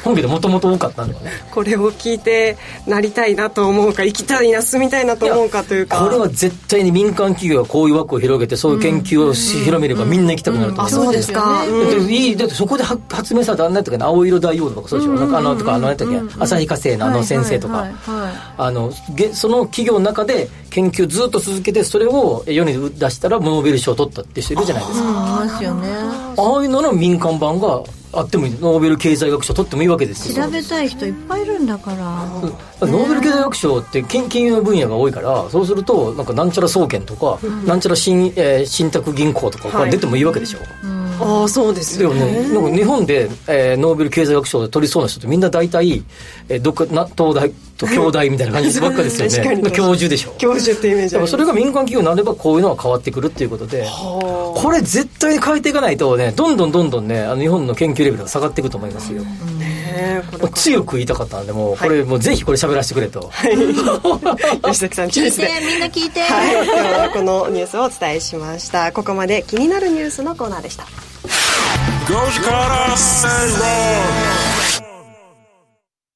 [SPEAKER 2] 本家でもともと多かったんだよね
[SPEAKER 4] これを聞いてなりたいなと思うか行きたいな住みたいなと思うかというか
[SPEAKER 2] これは絶対に民間企業がこういう枠を広げてそういう研究をし広めればみんな行きたくなると
[SPEAKER 4] あ
[SPEAKER 2] 思
[SPEAKER 4] そうですか、うん
[SPEAKER 2] だっていいだってそこでは発明されたあんなやったっけな青色大王とかそうでしょ、なんかあのとかあのやったっけ、旭化成のあの先生とか、
[SPEAKER 3] はいはいはいはい
[SPEAKER 2] あのげその企業の中で研究ずっと続けてそれを世に出したらノーベル賞を取ったって人いるじゃないですか
[SPEAKER 3] ありますよね
[SPEAKER 2] ああいうのの民間版があってもいいノーベル経済学賞取ってもいいわけですよ
[SPEAKER 3] 調べたい人いっぱいいるんだから
[SPEAKER 2] ノーベル経済学賞って金金融の分野が多いからそうするとなんかなんちゃら総研とか、なんちゃら信,、えー信託銀行とか
[SPEAKER 4] は
[SPEAKER 2] が
[SPEAKER 4] い
[SPEAKER 2] 出てもいいわけでしょ、
[SPEAKER 4] ああそうです
[SPEAKER 2] で
[SPEAKER 4] よ
[SPEAKER 2] も
[SPEAKER 4] ね
[SPEAKER 2] ね、なんか日本で、えーノーベル経済学賞を取りそうな人ってみんな大体、えーどっかな東大 と京大みたいな感じばっかですよ
[SPEAKER 4] 確かに
[SPEAKER 2] ね教授でしょ
[SPEAKER 4] 教授ってイメージ
[SPEAKER 2] だか
[SPEAKER 4] あ
[SPEAKER 2] ら
[SPEAKER 4] り
[SPEAKER 2] それが民間企業になればこういうのは変わってくるっていうことでこれ絶対に変えていかないとねどんどんどんどんねあの日本の研究レベルが下がっていくと思いますよ、
[SPEAKER 4] ねこ
[SPEAKER 2] もう強く言いたかったんでもうこれ、もうぜひこれ喋らせてくれと、
[SPEAKER 4] れ吉崎さんチョイスで
[SPEAKER 3] みんな聞いて
[SPEAKER 4] はい、今日はこのニュースをお伝えしました。ここまで気になるニュースのコーナーでした。
[SPEAKER 1] Gojikara Seirong.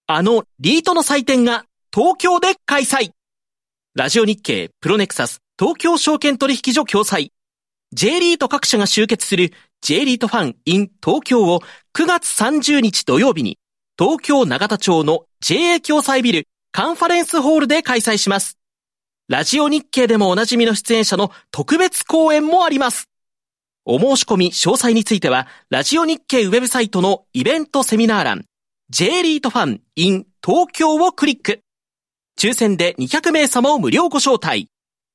[SPEAKER 9] あのリートの祭典が東京で開催。ラジオ日経プロネクサス東京証券取引所共催。J リート各社が集結する J リートファン in 東京を9月30日土曜日に東京長田町の JA 共催ビルカンファレンスホールで開催します。ラジオ日経でもおなじみの出演者の特別講演もあります。お申し込み詳細については、ラジオ日経ウェブサイトのイベントセミナー欄、J リートファン in 東京をクリック。抽選で200名様を無料ご招待。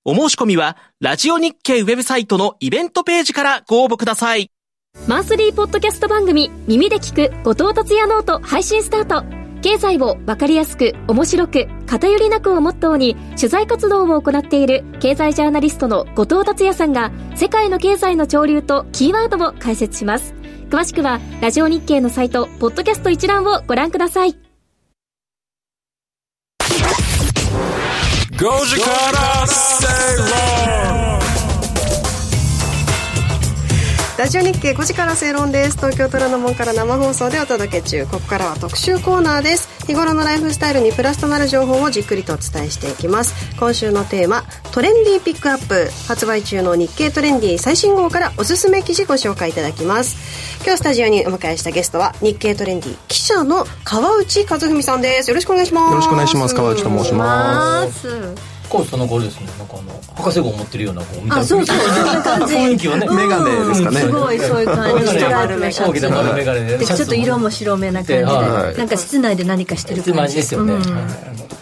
[SPEAKER 9] お申し込みは、ラジオ日経ウェブサイトのイベントページからご応募ください。
[SPEAKER 6] マンスリーポッドキャスト番組「耳で聞く後藤達也ノート」配信スタート経済を分かりやすく面白く偏りなくをモットーに取材活動を行っている経済ジャーナリストの後藤達也さんが世界の経済の潮流とキーワードも解説します詳しくはラジオ日経のサイト「ポッドキャスト一覧」をご覧ください
[SPEAKER 1] Gojikara Seirong.
[SPEAKER 4] ラジオ日経5時から正論です。東京虎ノ門から生放送でお届け中。ここからは特集コーナーです。日頃のライフスタイルにプラスとなる情報をじっくりとお伝えしていきます。今週のテーマ、トレンディーピックアップ。発売中の日経トレンディー最新号からおすすめ記事ご紹介いただきます。今日スタジオにお迎えしたゲストは、日経トレンディー記者の川内和文さんです。よろしくお願いします。
[SPEAKER 10] よろしくお願いします川内と申します
[SPEAKER 2] こうその子あれですねなんかあの博士号を持ってるような子みたいな
[SPEAKER 3] あそう そうそんな感じ
[SPEAKER 2] 雰囲気はね
[SPEAKER 3] うん
[SPEAKER 10] メガネですかね
[SPEAKER 3] すごいそういう感
[SPEAKER 2] メ
[SPEAKER 3] じ
[SPEAKER 2] ガネ
[SPEAKER 3] ストライプのシャ
[SPEAKER 2] 大きなメガネ
[SPEAKER 3] ツ
[SPEAKER 2] で
[SPEAKER 3] でちょっと色も白めな感じで
[SPEAKER 2] はい
[SPEAKER 3] なんか室内で何かしてる
[SPEAKER 2] つま
[SPEAKER 3] 感
[SPEAKER 2] じ
[SPEAKER 3] じ
[SPEAKER 2] ですよね、
[SPEAKER 3] うん
[SPEAKER 2] はい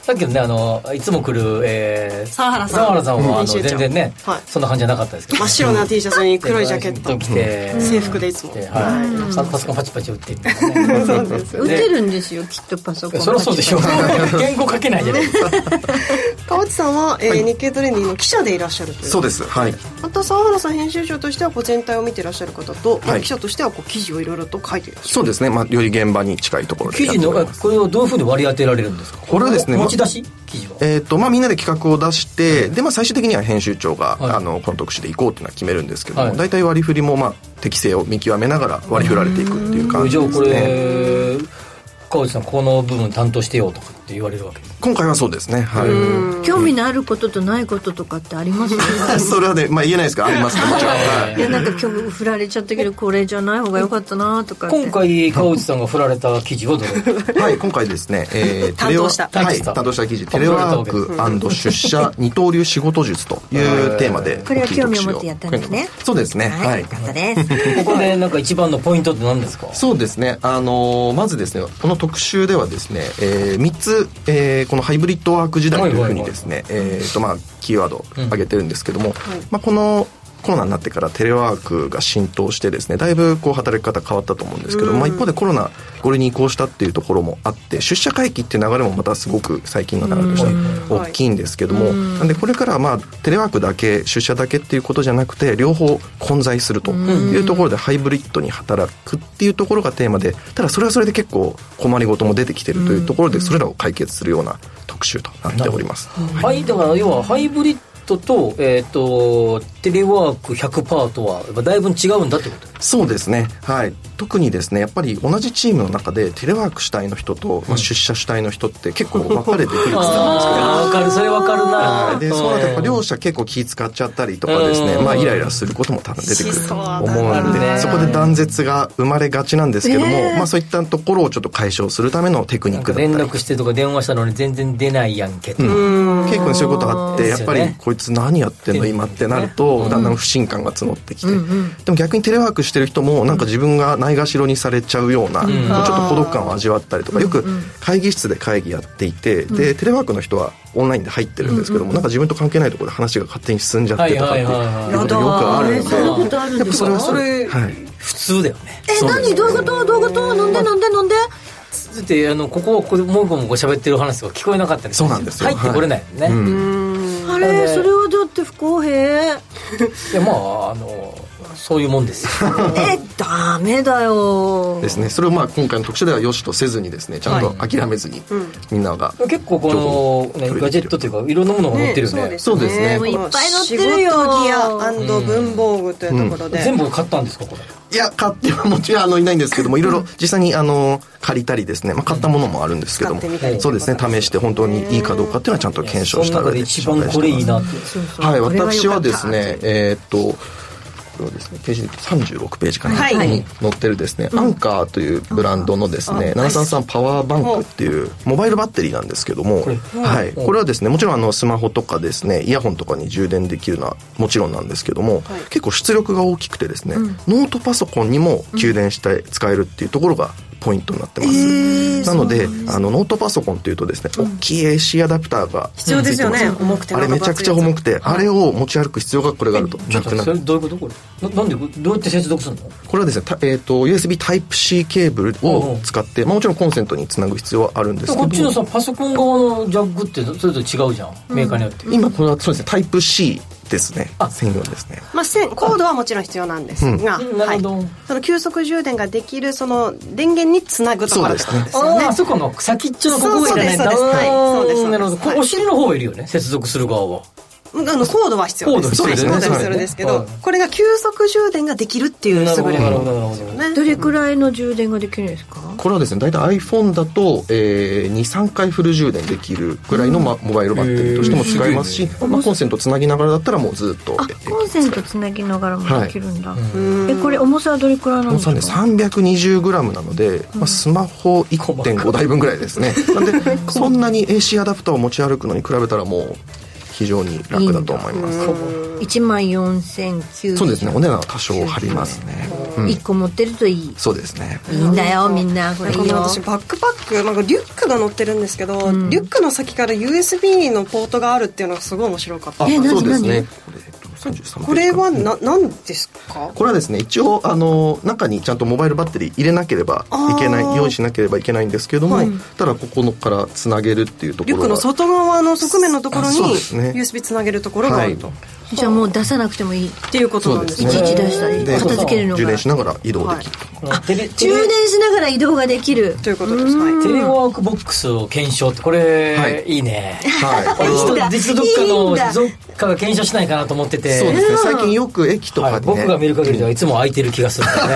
[SPEAKER 2] さっきのねあのいつも来る、えー、
[SPEAKER 4] 沢原さん
[SPEAKER 2] 沢原さんは、あの
[SPEAKER 4] 編集長
[SPEAKER 2] 全然ね、
[SPEAKER 4] はい
[SPEAKER 2] そんな感じじゃなかったですけど、
[SPEAKER 4] 真っ白な T シャツに黒いジャケッ
[SPEAKER 2] ジャ
[SPEAKER 4] ト
[SPEAKER 2] ケ着て、
[SPEAKER 4] 制服でいつも
[SPEAKER 2] ではい、パソコンパチパチ打っていって、ね、
[SPEAKER 3] 打てるんですよきっとパソコ ン
[SPEAKER 2] そりゃそうでしょう言語書けないじゃないですか
[SPEAKER 4] 川内さんは、えー日経トレンディの記者でいらっしゃるという
[SPEAKER 10] そうです。はい。
[SPEAKER 4] また沢原さん編集長としてはこう全体を見てらっしゃる方と、まあ
[SPEAKER 10] はい
[SPEAKER 4] 記者としてはこう記事をいろいろと書いていらっしゃ
[SPEAKER 10] そうですね。まあ、より現場に近いところで
[SPEAKER 2] 記
[SPEAKER 10] やっ
[SPEAKER 2] 事
[SPEAKER 10] ており
[SPEAKER 2] の
[SPEAKER 10] ます。
[SPEAKER 2] あこれをどういうふうに割り当てられるんですか
[SPEAKER 10] これはですね
[SPEAKER 2] 持ち出し記事は
[SPEAKER 10] えーとまあ、みんなで企画を出して、でまあ、最終的には編集長が、
[SPEAKER 2] はい
[SPEAKER 10] あのこの特集で行こうっていうのは決めるんですけども、
[SPEAKER 2] はい
[SPEAKER 10] 大体割り振りも、まあ、適性を見極めながら割り振られていくっていう感
[SPEAKER 2] じ
[SPEAKER 10] じ
[SPEAKER 2] ゃあ
[SPEAKER 10] です
[SPEAKER 2] こ
[SPEAKER 10] ね
[SPEAKER 2] れ川内さんこの部分担当してよとかって言われるわけです
[SPEAKER 10] 今回はそうですねはい
[SPEAKER 3] 興味のあることとないこととかってありますよね
[SPEAKER 10] それはね、まあ、言えないですけどありますねもちろん、は
[SPEAKER 3] い
[SPEAKER 10] い
[SPEAKER 3] やなんか今日振られちゃったけどこれじゃない方が良かったなとかって
[SPEAKER 2] 今回川内さんが振られた記事はどれ
[SPEAKER 10] はい、今回ですね、 えー、
[SPEAKER 4] 担当した
[SPEAKER 10] テレワークはい、
[SPEAKER 2] 担当した
[SPEAKER 10] 担当した記事、テレワーク出社二刀流仕事術というテーマで、
[SPEAKER 3] これは興味を持ってやったんですね
[SPEAKER 10] そうですね、
[SPEAKER 3] は
[SPEAKER 10] はいい
[SPEAKER 3] 良。かったです
[SPEAKER 2] ここでなんか一番のポイントって何ですか
[SPEAKER 10] そうですね、あのーまずですね、この特集ではですね、え3つ、えーこのハイブリッドワーク時代というふうにですね、えーと、まあ、キーワードを挙げてるんですけども、まあ、この、コロナになってからテレワークが浸透してですねだいぶこう働き方変わったと思うんですけど、まあ、一方でコロナこれに移行したっていうところもあって出社回帰っていう流れもまたすごく最近の流れとして
[SPEAKER 4] うん
[SPEAKER 10] 大きいんですけどもなんでこれからはまあテレワークだけ出社だけっていうことじゃなくて両方混在するというところでハイブリッドに働くっていうところがテーマでただそれはそれで結構困りごとも出てきてるというところでそれらを解決するような特集となっております。
[SPEAKER 2] はい、だから要はハイブリッドと,、えー、とテレワーク100%とはやっぱだいぶ違うんだってこと
[SPEAKER 10] そうですね、はい、特にですねやっぱり同じチームの中でテレワーク主体の人と、まあ、出社主体の人って結構分かれてくるん ですよ
[SPEAKER 2] ああ分かるそれ分かるな
[SPEAKER 10] でそうなるとやっぱ両者結構気使っちゃったりとかですね、
[SPEAKER 2] うん
[SPEAKER 10] まあ、イライラすることも多分出てくる
[SPEAKER 4] し
[SPEAKER 10] と
[SPEAKER 4] そうだ
[SPEAKER 10] 思うんで
[SPEAKER 2] なるね
[SPEAKER 10] そこで断絶が生まれがちなんですけども、まあ、そういったところをちょっと解消するためのテクニ
[SPEAKER 2] な
[SPEAKER 10] ッ
[SPEAKER 2] んか
[SPEAKER 10] クだっ
[SPEAKER 2] 連
[SPEAKER 10] たり
[SPEAKER 2] 絡してとか電話したのに全然出ないやんけと、
[SPEAKER 10] 結構そういうことあって
[SPEAKER 2] で
[SPEAKER 10] や
[SPEAKER 2] す
[SPEAKER 10] っ
[SPEAKER 2] よ
[SPEAKER 10] ぱ
[SPEAKER 2] ね
[SPEAKER 10] りこいつ何やってんの今ってなるとだんだん不信感が募ってきてでも逆にテレワークしてる人もなんか自分がないがしろにされちゃうようなこうちょっと孤独感を味わったりとかよく会議室で会議やっていてでテレワークの人はオンラインで入ってるんですけどもなんか自分と関係ないところで話が勝手に進んじゃってとかっていう
[SPEAKER 2] はいはいはいはい
[SPEAKER 10] ことよくあるの
[SPEAKER 3] そんなこ
[SPEAKER 10] で
[SPEAKER 3] とあるん
[SPEAKER 10] やっ
[SPEAKER 3] で
[SPEAKER 10] ぱ
[SPEAKER 3] す
[SPEAKER 10] それはそ
[SPEAKER 3] か
[SPEAKER 10] れはい
[SPEAKER 2] 普通だよね
[SPEAKER 3] え何どういうことどういうことなんでなんでなんで
[SPEAKER 2] だってあのここはここでもごもご喋ってる話が聞こえなかったり
[SPEAKER 10] そうなんですよ
[SPEAKER 2] 入ってこれないもんね、い
[SPEAKER 3] あ
[SPEAKER 2] なん
[SPEAKER 3] れ
[SPEAKER 2] で
[SPEAKER 3] それはだって不公平
[SPEAKER 2] やまああのそういうもんですよ
[SPEAKER 3] えダメだよ
[SPEAKER 10] ですねそれをまあ今回の特集ではよしとせずにですねちゃんと諦めずにみんなが
[SPEAKER 2] 結構この、ね、ガジェットというかいろんなものが載ってるよね
[SPEAKER 10] そうですね
[SPEAKER 3] もういっぱい載ってるよ
[SPEAKER 4] 仕事ギア文房具というところで、
[SPEAKER 2] 全部買ったんですかこれ
[SPEAKER 10] いや、買ってはもちろんあのいないんですけども、いろいろ実際にあの借りたりですね、まあ、買ったものもあるんですけども
[SPEAKER 4] 使ってみたり、とか
[SPEAKER 10] そうですね、試して本当にいいかどうかっていうのはちゃんと検
[SPEAKER 2] その
[SPEAKER 10] 証した
[SPEAKER 2] 中
[SPEAKER 10] 上
[SPEAKER 2] で
[SPEAKER 10] で
[SPEAKER 2] 一番これいいなって
[SPEAKER 3] そうそう
[SPEAKER 10] はい、
[SPEAKER 3] これ
[SPEAKER 10] 私
[SPEAKER 3] 良か
[SPEAKER 10] は
[SPEAKER 3] った
[SPEAKER 10] ですね、えーっと、これはですね、ページで36ページかな、
[SPEAKER 4] はい
[SPEAKER 10] に載ってるですね、アンカーというブランドのですね、733パワーバンクっていうモバイルバッテリーなんですけども、はい、これはですね、もちろんあのスマホとかですね、イヤホンとかに充電できるのはもちろんなんですけども、結構出力が大きくてですね、ノートパソコンにも給電して使えるっていうところがポイントになってます。なので、あのノートパソコンっていうとですね、大きい AC アダプターが
[SPEAKER 4] 必要ですよね、重くて
[SPEAKER 10] あれめちゃくちゃ重くて、あれを持ち歩く必要がこれがあると
[SPEAKER 2] ちょ
[SPEAKER 10] な
[SPEAKER 2] っ
[SPEAKER 10] く
[SPEAKER 2] と
[SPEAKER 10] な
[SPEAKER 2] それ
[SPEAKER 10] る
[SPEAKER 2] どういうことこれななんでどうやって接続するの
[SPEAKER 10] これはですねたえー、と USB Type-C ケーブルを使って、まあ、もちろんコンセントにつなぐ必要はあるんですけ
[SPEAKER 2] こっちの
[SPEAKER 10] ど
[SPEAKER 2] さパソコン側のジャックってそれぞれ違うじゃん、メーカーによって
[SPEAKER 10] 今これはそうですね Type-C ですね
[SPEAKER 2] あ
[SPEAKER 10] 専用ですね
[SPEAKER 4] まあ、線コードはもちろん必要なんですが、
[SPEAKER 2] うんなるほど
[SPEAKER 4] はい、その急速充電ができるその電源につなぐところってことですよね
[SPEAKER 2] あそこの先っちょのここがいらないんだ
[SPEAKER 4] そうそうですそうです
[SPEAKER 2] あーなるほど
[SPEAKER 4] そうですは
[SPEAKER 2] こ
[SPEAKER 4] い
[SPEAKER 2] お尻の方いるよね接続する側は
[SPEAKER 4] うんあのコードは必要です
[SPEAKER 2] コード必
[SPEAKER 10] 要
[SPEAKER 4] コー
[SPEAKER 10] ですね
[SPEAKER 4] ドは必要ですけど、
[SPEAKER 2] はい
[SPEAKER 4] これが急速充電ができるっていう優
[SPEAKER 2] なる
[SPEAKER 4] れ
[SPEAKER 2] ほ
[SPEAKER 4] も
[SPEAKER 2] どなるほどなるほど
[SPEAKER 4] ね
[SPEAKER 3] どれくらいの充電ができるんですか
[SPEAKER 10] これはですね大体 iPhone だと、え23回フル充電できるぐらいの、ま、モバイルバッテリーとしても使えますし、まあ、コンセントつなぎながらだったらもうずっと
[SPEAKER 3] あコンセントつなぎながらもできるんだ、
[SPEAKER 4] ん
[SPEAKER 3] えこれ重さはどれくらいなん
[SPEAKER 10] 重
[SPEAKER 3] です
[SPEAKER 10] さ
[SPEAKER 3] か
[SPEAKER 10] ね 320g なので、まあ、スマホ1.5台分ぐらいですねなんでそんなに AC アダプターを持ち歩くのに比べたらもう非常に楽だと思います
[SPEAKER 3] 1万4900
[SPEAKER 10] そうですねお値段は多少張りますねうん
[SPEAKER 3] 一個持ってるといい
[SPEAKER 10] そうですね
[SPEAKER 3] いいんだよみんなこれいい
[SPEAKER 4] なんかも
[SPEAKER 3] よ
[SPEAKER 4] う私バックパックなんかリュックが乗ってるんですけど、リュックの先から USB のポートがあるっていうのがすごい面白かった
[SPEAKER 10] あ
[SPEAKER 3] え何
[SPEAKER 10] そうですね
[SPEAKER 3] 何
[SPEAKER 10] これえっと33ページかな
[SPEAKER 4] これはな何ですか
[SPEAKER 10] これはですね一応あの中にちゃんとモバイルバッテリー入れなければいけない用意しなければいけないんですけども、ただここのからつなげるっていうとこ
[SPEAKER 4] リュ
[SPEAKER 10] ろ
[SPEAKER 4] ックの
[SPEAKER 10] が
[SPEAKER 4] 外側の側面のところ
[SPEAKER 10] あ
[SPEAKER 4] に
[SPEAKER 10] そうですね
[SPEAKER 4] USB つなげるところがあると、
[SPEAKER 10] はい
[SPEAKER 3] じゃあもう出さなくてもいいい
[SPEAKER 4] っていうことなんです
[SPEAKER 10] そう
[SPEAKER 4] ね
[SPEAKER 10] で
[SPEAKER 3] ちい
[SPEAKER 10] す
[SPEAKER 3] ち
[SPEAKER 10] ね
[SPEAKER 3] 出したり
[SPEAKER 10] で
[SPEAKER 3] 片付けるの
[SPEAKER 10] 充
[SPEAKER 3] が
[SPEAKER 10] 電しながら移動できる、
[SPEAKER 2] このテレテ
[SPEAKER 3] 充
[SPEAKER 2] レ
[SPEAKER 3] 電しながら移動ができる
[SPEAKER 4] ということですはい
[SPEAKER 2] テレワークボックスを検証ってこれ、
[SPEAKER 10] はい
[SPEAKER 2] い、いね
[SPEAKER 10] はい
[SPEAKER 2] これ
[SPEAKER 3] いいんだ
[SPEAKER 2] 実質どっか
[SPEAKER 3] いいん
[SPEAKER 2] の
[SPEAKER 3] だ
[SPEAKER 2] どっかが検証しないかなと思ってて
[SPEAKER 10] そうですね最近よく駅と
[SPEAKER 2] は
[SPEAKER 10] か
[SPEAKER 2] い、
[SPEAKER 10] で、ね
[SPEAKER 2] 僕が見る限りではいつも空いてる気がするからね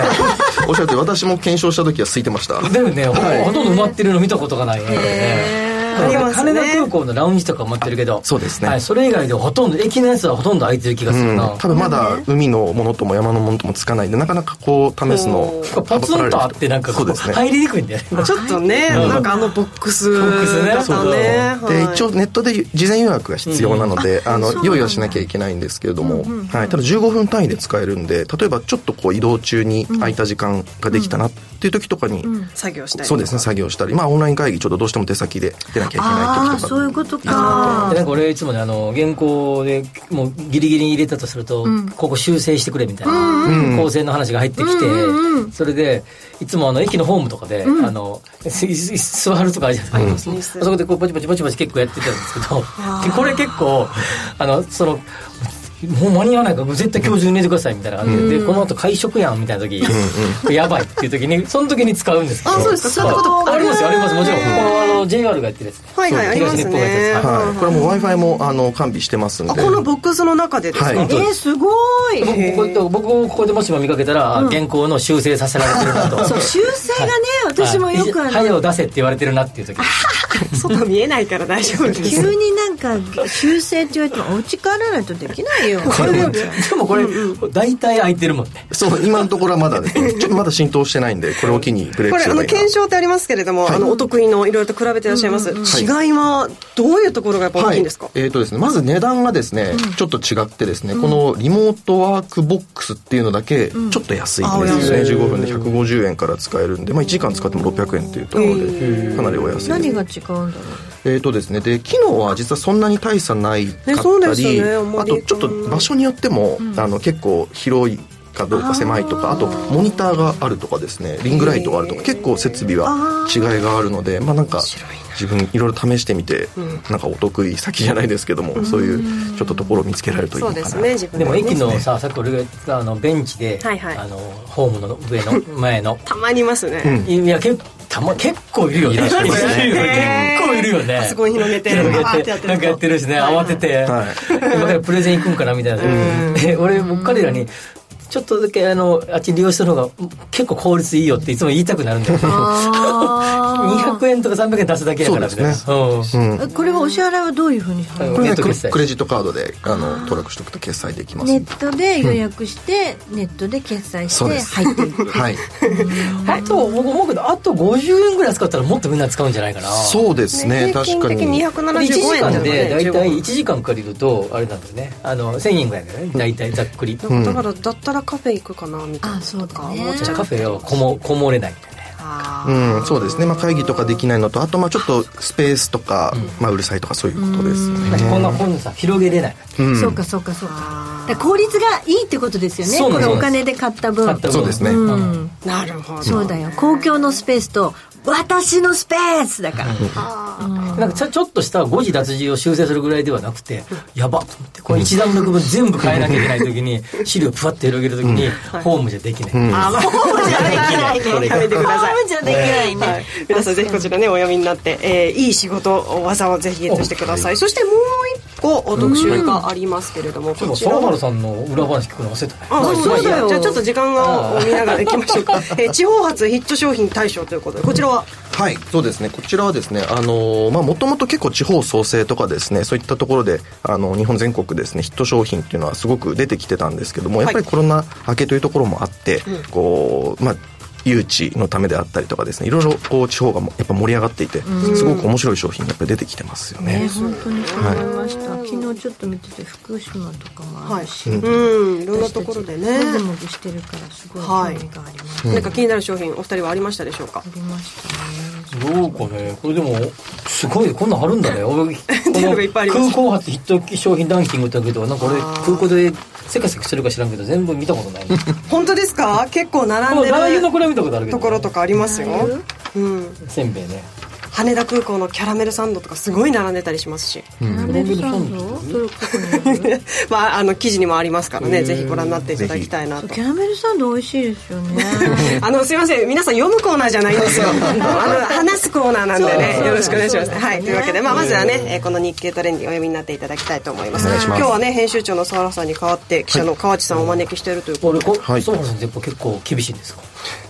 [SPEAKER 10] おっしゃって私も検証した時は空いてました
[SPEAKER 2] でもね、ほほとんど埋まってるの見たことがないねこれね
[SPEAKER 4] ありますね
[SPEAKER 2] 羽田空港のラウンジとか埋まってるけど
[SPEAKER 10] そうですね
[SPEAKER 2] はい、それ以外でほとんど駅のやつはほとんど空いてる気がするな、
[SPEAKER 10] うん、ただまだ海のものとも山のものともつかないんでなかなかこう試すの
[SPEAKER 2] これポツンとあってなんかこ
[SPEAKER 10] そう
[SPEAKER 2] う
[SPEAKER 10] ですね
[SPEAKER 2] 入りにくいんだよね
[SPEAKER 4] ちょっとね、
[SPEAKER 2] うん
[SPEAKER 4] なんかあのボックス
[SPEAKER 2] ボックスね
[SPEAKER 4] だったね
[SPEAKER 10] で
[SPEAKER 4] はい
[SPEAKER 10] 一応ネットで事前予約が必要なので、あの用意はしなきゃいけないんですけれども、はい、ただ15分単位で使えるんで例えばちょっとこう移動中に空いた時間ができたなっていう時とかに、
[SPEAKER 4] 作業したい
[SPEAKER 10] そうですね作業したり、まあ、オンライン会議ちょっとどうしても手先で出なきゃいけな
[SPEAKER 3] あ
[SPEAKER 10] い時
[SPEAKER 3] あ
[SPEAKER 10] とか
[SPEAKER 3] そういうことか
[SPEAKER 2] でなんか俺いつもねあの原稿でもうギリギリに入れたとすると、ここ修正してくれみたいな、構成の話が入ってきて、それでいつもあの駅のホームとかで、あのすす座るとかあるじゃないですか、あそこでこうバチバチバチバチ結構やってたんですけどでこれ結構あのその。もう間に合わないから絶対今日中に寝てくださいみたいな感じででこの後会食やんみたいな時これやばいっていう時にその時に使うんですけど
[SPEAKER 4] あそうですかそういうこと
[SPEAKER 2] あありますよありますもちろんこのあの JR がやってるやつ
[SPEAKER 4] はいはいあります
[SPEAKER 2] 東日本がやってる
[SPEAKER 4] ね
[SPEAKER 2] やつはい
[SPEAKER 10] はい、これはもう w i f i もあの完備してますんで
[SPEAKER 4] あこのボックスの中でですか、
[SPEAKER 10] はい
[SPEAKER 3] えー、すごい
[SPEAKER 2] 僕ここで僕をここでもしも見かけたら、原稿の修正させられてるなと
[SPEAKER 3] そう修正がね私もよくあ
[SPEAKER 2] は
[SPEAKER 3] の
[SPEAKER 2] を出せって言われてるなっていう時
[SPEAKER 4] 外見えないから大丈 夫です
[SPEAKER 3] 急になんか修正って言われてもお家帰らないとできない よ
[SPEAKER 2] これでもでもこれ大体空いてるもんね
[SPEAKER 10] そう今のところはまだですねちょっとまだ浸透してないんでこれを機にブレイ
[SPEAKER 4] こ
[SPEAKER 10] ク
[SPEAKER 4] れ
[SPEAKER 10] す
[SPEAKER 4] あ
[SPEAKER 10] れば
[SPEAKER 4] の
[SPEAKER 10] いいな
[SPEAKER 4] 検証ってありますけれども、
[SPEAKER 10] はい
[SPEAKER 4] あのお得意のいろいろと比べていらっしゃいます、違いはどういうところがやっぱ大きいんですか、
[SPEAKER 10] えーとですね、まず値段がですね、ちょっと違ってですね、このリモートワークボックスっていうのだけちょっと安いんですね、15分で150円から使えるんで、まあ、1時間使っても600円っていうところでかなりお安いです
[SPEAKER 3] 何が違うんだろう
[SPEAKER 10] えーとですね、で機能は実はそんなに大差ないか
[SPEAKER 4] ね
[SPEAKER 10] っ
[SPEAKER 4] そう
[SPEAKER 10] た
[SPEAKER 4] です
[SPEAKER 10] り、
[SPEAKER 4] よねあんま
[SPEAKER 10] あ
[SPEAKER 4] り
[SPEAKER 10] とちょっと場所によっても、あの結構広いかどうか狭いとかあとモニターがあるとかですねリングライトがあるとか結構設備は違いがあるのでまあなんか自分いろいろ試してみて、なんかお得意先じゃないですけども、そういうちょっとところを見つけられるといい
[SPEAKER 4] そ
[SPEAKER 10] の
[SPEAKER 4] う
[SPEAKER 10] か
[SPEAKER 4] で
[SPEAKER 10] な
[SPEAKER 4] すね自分
[SPEAKER 2] でも駅
[SPEAKER 4] ね
[SPEAKER 2] のささっき俺が言ったあのベンチで、
[SPEAKER 4] はいはい
[SPEAKER 2] あのホームの上の前の
[SPEAKER 4] たまにいますね、
[SPEAKER 2] いや結構たま結構いるよね
[SPEAKER 10] いらっしゃいますね
[SPEAKER 2] いるよね
[SPEAKER 4] へー
[SPEAKER 2] 結構いるよね
[SPEAKER 4] パソコン広げて
[SPEAKER 2] 広げて
[SPEAKER 4] わーってやってる
[SPEAKER 2] なんかやってるしね
[SPEAKER 4] はいはい
[SPEAKER 2] 慌てて、
[SPEAKER 10] はい
[SPEAKER 2] 今からプレゼン行くんかなみたいなで俺もう彼らにちょっとだけあのあっち利用した方が結構効率いいよっていつも言いたくなるんだよね200円とか300円出すだけやからみたいな
[SPEAKER 10] そう
[SPEAKER 2] うん
[SPEAKER 3] えこれはお支払いはどういうふうに払う
[SPEAKER 10] これ
[SPEAKER 2] ネッ
[SPEAKER 10] ね
[SPEAKER 2] ト
[SPEAKER 10] クレ
[SPEAKER 2] 決済
[SPEAKER 10] クレジットカードであの登録しておくと決済できます
[SPEAKER 3] ネ
[SPEAKER 10] んで
[SPEAKER 3] ットで予約して、ネットで決済し
[SPEAKER 10] そう
[SPEAKER 3] て
[SPEAKER 10] です
[SPEAKER 3] 入っていく
[SPEAKER 10] はい
[SPEAKER 2] あと僕思うけどあと50円ぐらい使ったらもっとみんな使うんじゃないかな
[SPEAKER 10] そうですね確か
[SPEAKER 4] 平均的
[SPEAKER 10] に
[SPEAKER 4] に
[SPEAKER 2] 1
[SPEAKER 4] 275
[SPEAKER 2] 時
[SPEAKER 4] 円だ
[SPEAKER 2] 間で大体1
[SPEAKER 4] い
[SPEAKER 2] 時間借りるとあれなんだよねあの1000円ぐらいだよね大体ざっくり
[SPEAKER 4] だからだったらカフェ行くかなみたいな
[SPEAKER 3] あそうだね
[SPEAKER 4] 思っちゃう
[SPEAKER 2] カフェをこもこもれないみたいなね
[SPEAKER 4] あ
[SPEAKER 10] うん、そうですね、まあ、会議とかできないのとあとまあちょっとスペースとか、まあ、うるさいとかそういうことですね
[SPEAKER 2] なんかこんな本さ広げれない
[SPEAKER 10] うん
[SPEAKER 3] そうかそうかそうかだから効率がいいってことですよね
[SPEAKER 2] そうなんで
[SPEAKER 3] これ
[SPEAKER 2] す
[SPEAKER 3] お金で買った分
[SPEAKER 2] 買った分
[SPEAKER 10] そうですね、
[SPEAKER 3] うん
[SPEAKER 4] ーなるほど
[SPEAKER 3] そうだよ公共のスペースと私のスペースだから、
[SPEAKER 2] なんかちょちょっとした誤字脱字を修正するぐらいではなくて、やばっと思って、これ一段落分全部変えなきゃいけないときに、資料ふわって広げるときに、ホームじゃできない。
[SPEAKER 4] あまあそうじゃできない
[SPEAKER 2] これ
[SPEAKER 4] や
[SPEAKER 2] が
[SPEAKER 4] めてください
[SPEAKER 3] じゃできないね、
[SPEAKER 4] はい、皆さんぜひこちらねお読みになって、えーいい仕事技をぜひゲットしてくださいそしてもう一個お特集がありますけれども、
[SPEAKER 2] そういえ
[SPEAKER 4] こ
[SPEAKER 2] ば、
[SPEAKER 4] ちら
[SPEAKER 2] 沢
[SPEAKER 4] は
[SPEAKER 2] 原さんの裏話聞くの忘れたね。
[SPEAKER 4] あ、そうだよ。
[SPEAKER 3] そうだよ
[SPEAKER 4] じゃあちょっと時間を見ながら行きましょうか。えー地方発ヒット商品大賞ということで、こちらは、
[SPEAKER 10] はいそうですねこちらはですねあのーまあもともと結構地方創生とかですねそういったところであの日本全国ですねヒット商品っていうのはすごく出てきてたんですけどもやっぱりコロナ明けというところもあって、こうまあ誘致のためであったりとかですねいろいろこう地方がもやっぱ盛り上がっていてすごく面白い商品がやっぱり出てきてますよね。
[SPEAKER 3] 本当にそう思いました、昨日ちょっと見てて福島とかもあるし、
[SPEAKER 4] うん、いろんなところでね。
[SPEAKER 3] もぐもぐしてるからすごい興味があります、
[SPEAKER 4] なんか気になる商品お二人はありましたでしょうか
[SPEAKER 3] あ。りましたね
[SPEAKER 2] どうかね、これでも、すごい、こんなんあるんだ ね。俺こ
[SPEAKER 4] ていうのがいっぱいあります
[SPEAKER 2] 空港発ヒット商品ランキングってあるけど、なんか俺、空港でせかせかしてるか知らんけど、全部見た ことない。
[SPEAKER 4] 本当ですか。結構並
[SPEAKER 2] こ
[SPEAKER 4] ん
[SPEAKER 2] の
[SPEAKER 4] で
[SPEAKER 2] ラー油の
[SPEAKER 4] る
[SPEAKER 2] これは見たことあるけど、
[SPEAKER 4] ところとかありますよ。うん。
[SPEAKER 2] せんべいね。
[SPEAKER 4] 羽田空港のキャラメルサンドとかすごい並んでたりしますし、
[SPEAKER 3] キャラメルサンドそれここにある
[SPEAKER 4] まああの記事にもありますからね、ぜひご覧になっていただきたいな
[SPEAKER 3] そう
[SPEAKER 4] と
[SPEAKER 3] キ。ャラメルサンド美味しいですよね
[SPEAKER 4] あのすいません皆さん読むコーナーじゃないんですよあの話すコーナーなんでねよろしくお願いします、はいというわけで、まあ、まずはね、えーこの日経トレンディお読みになっていただきたいと思います今日はね編集長の澤原さんに代わって記者の川内さんをお招きしているということ
[SPEAKER 2] 俺、こ、
[SPEAKER 10] はい
[SPEAKER 2] そうなんですやっぱ結構厳しいんですか。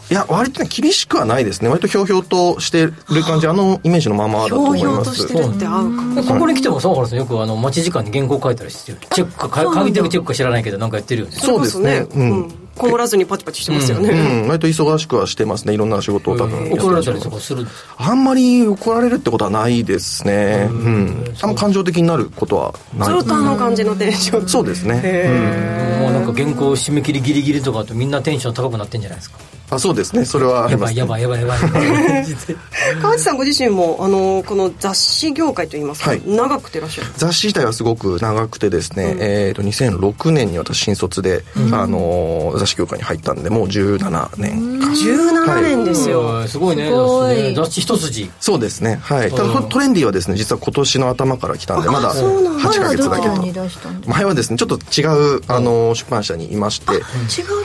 [SPEAKER 10] いや、割とね、厳しくはないですね。割とひょうひょうとしてる感じ、あのイメージのままだと思い
[SPEAKER 4] ひょうひょ
[SPEAKER 10] ま
[SPEAKER 4] う
[SPEAKER 10] す。
[SPEAKER 4] としてるって合うかも
[SPEAKER 2] ここに来ても、沢原さんよくあの、待ち時間に原稿書いたりしてるよね。チェックか、か鍵手チェックか知らないけど、なんかやってるよね。
[SPEAKER 10] そうですね
[SPEAKER 4] れこそうん凍らずにパチパチしてますよね、
[SPEAKER 10] うん、割と忙しくはしてますね。いろんな仕事を多分やってる
[SPEAKER 2] 怒られたりとかするんですか
[SPEAKER 10] あんまり怒られるってことはないですね。うん。あんま感情的になることはない。
[SPEAKER 4] ずっとあの感じのテンション
[SPEAKER 10] そうですね。
[SPEAKER 4] へ
[SPEAKER 2] もうなんか原稿締め切りギリギリとかあとみんなテンション高くなってんじゃないですか。
[SPEAKER 10] あ、そうですね。それはあり
[SPEAKER 2] や
[SPEAKER 10] ま
[SPEAKER 2] ば
[SPEAKER 10] す
[SPEAKER 2] い
[SPEAKER 10] ね、
[SPEAKER 2] やばいやばいやばい。
[SPEAKER 4] ー川内さんご自身もあのこの雑誌業界といいますか、
[SPEAKER 10] はい
[SPEAKER 4] 長くていらっしゃる
[SPEAKER 10] 雑誌自体はすごく長くてですね、えっ、と、2006年に私新卒で、あのー雑誌業界に入ったんで、もう17年か。
[SPEAKER 4] 17年ですよ、
[SPEAKER 2] うんすごいね。
[SPEAKER 3] すご
[SPEAKER 2] 雑
[SPEAKER 3] い
[SPEAKER 2] 誌ね雑誌一筋。
[SPEAKER 10] そうですね。はい。ただ、これトレンディはですね、実は今年の頭から来たんで、まだ8
[SPEAKER 3] 前
[SPEAKER 10] ヶ
[SPEAKER 3] は
[SPEAKER 10] 月
[SPEAKER 3] ど
[SPEAKER 10] だ
[SPEAKER 3] ち
[SPEAKER 10] け
[SPEAKER 3] ら
[SPEAKER 10] と
[SPEAKER 3] に。いらしたんですか
[SPEAKER 10] 前はですね、ちょっと違う、あのー、出版社にいまして、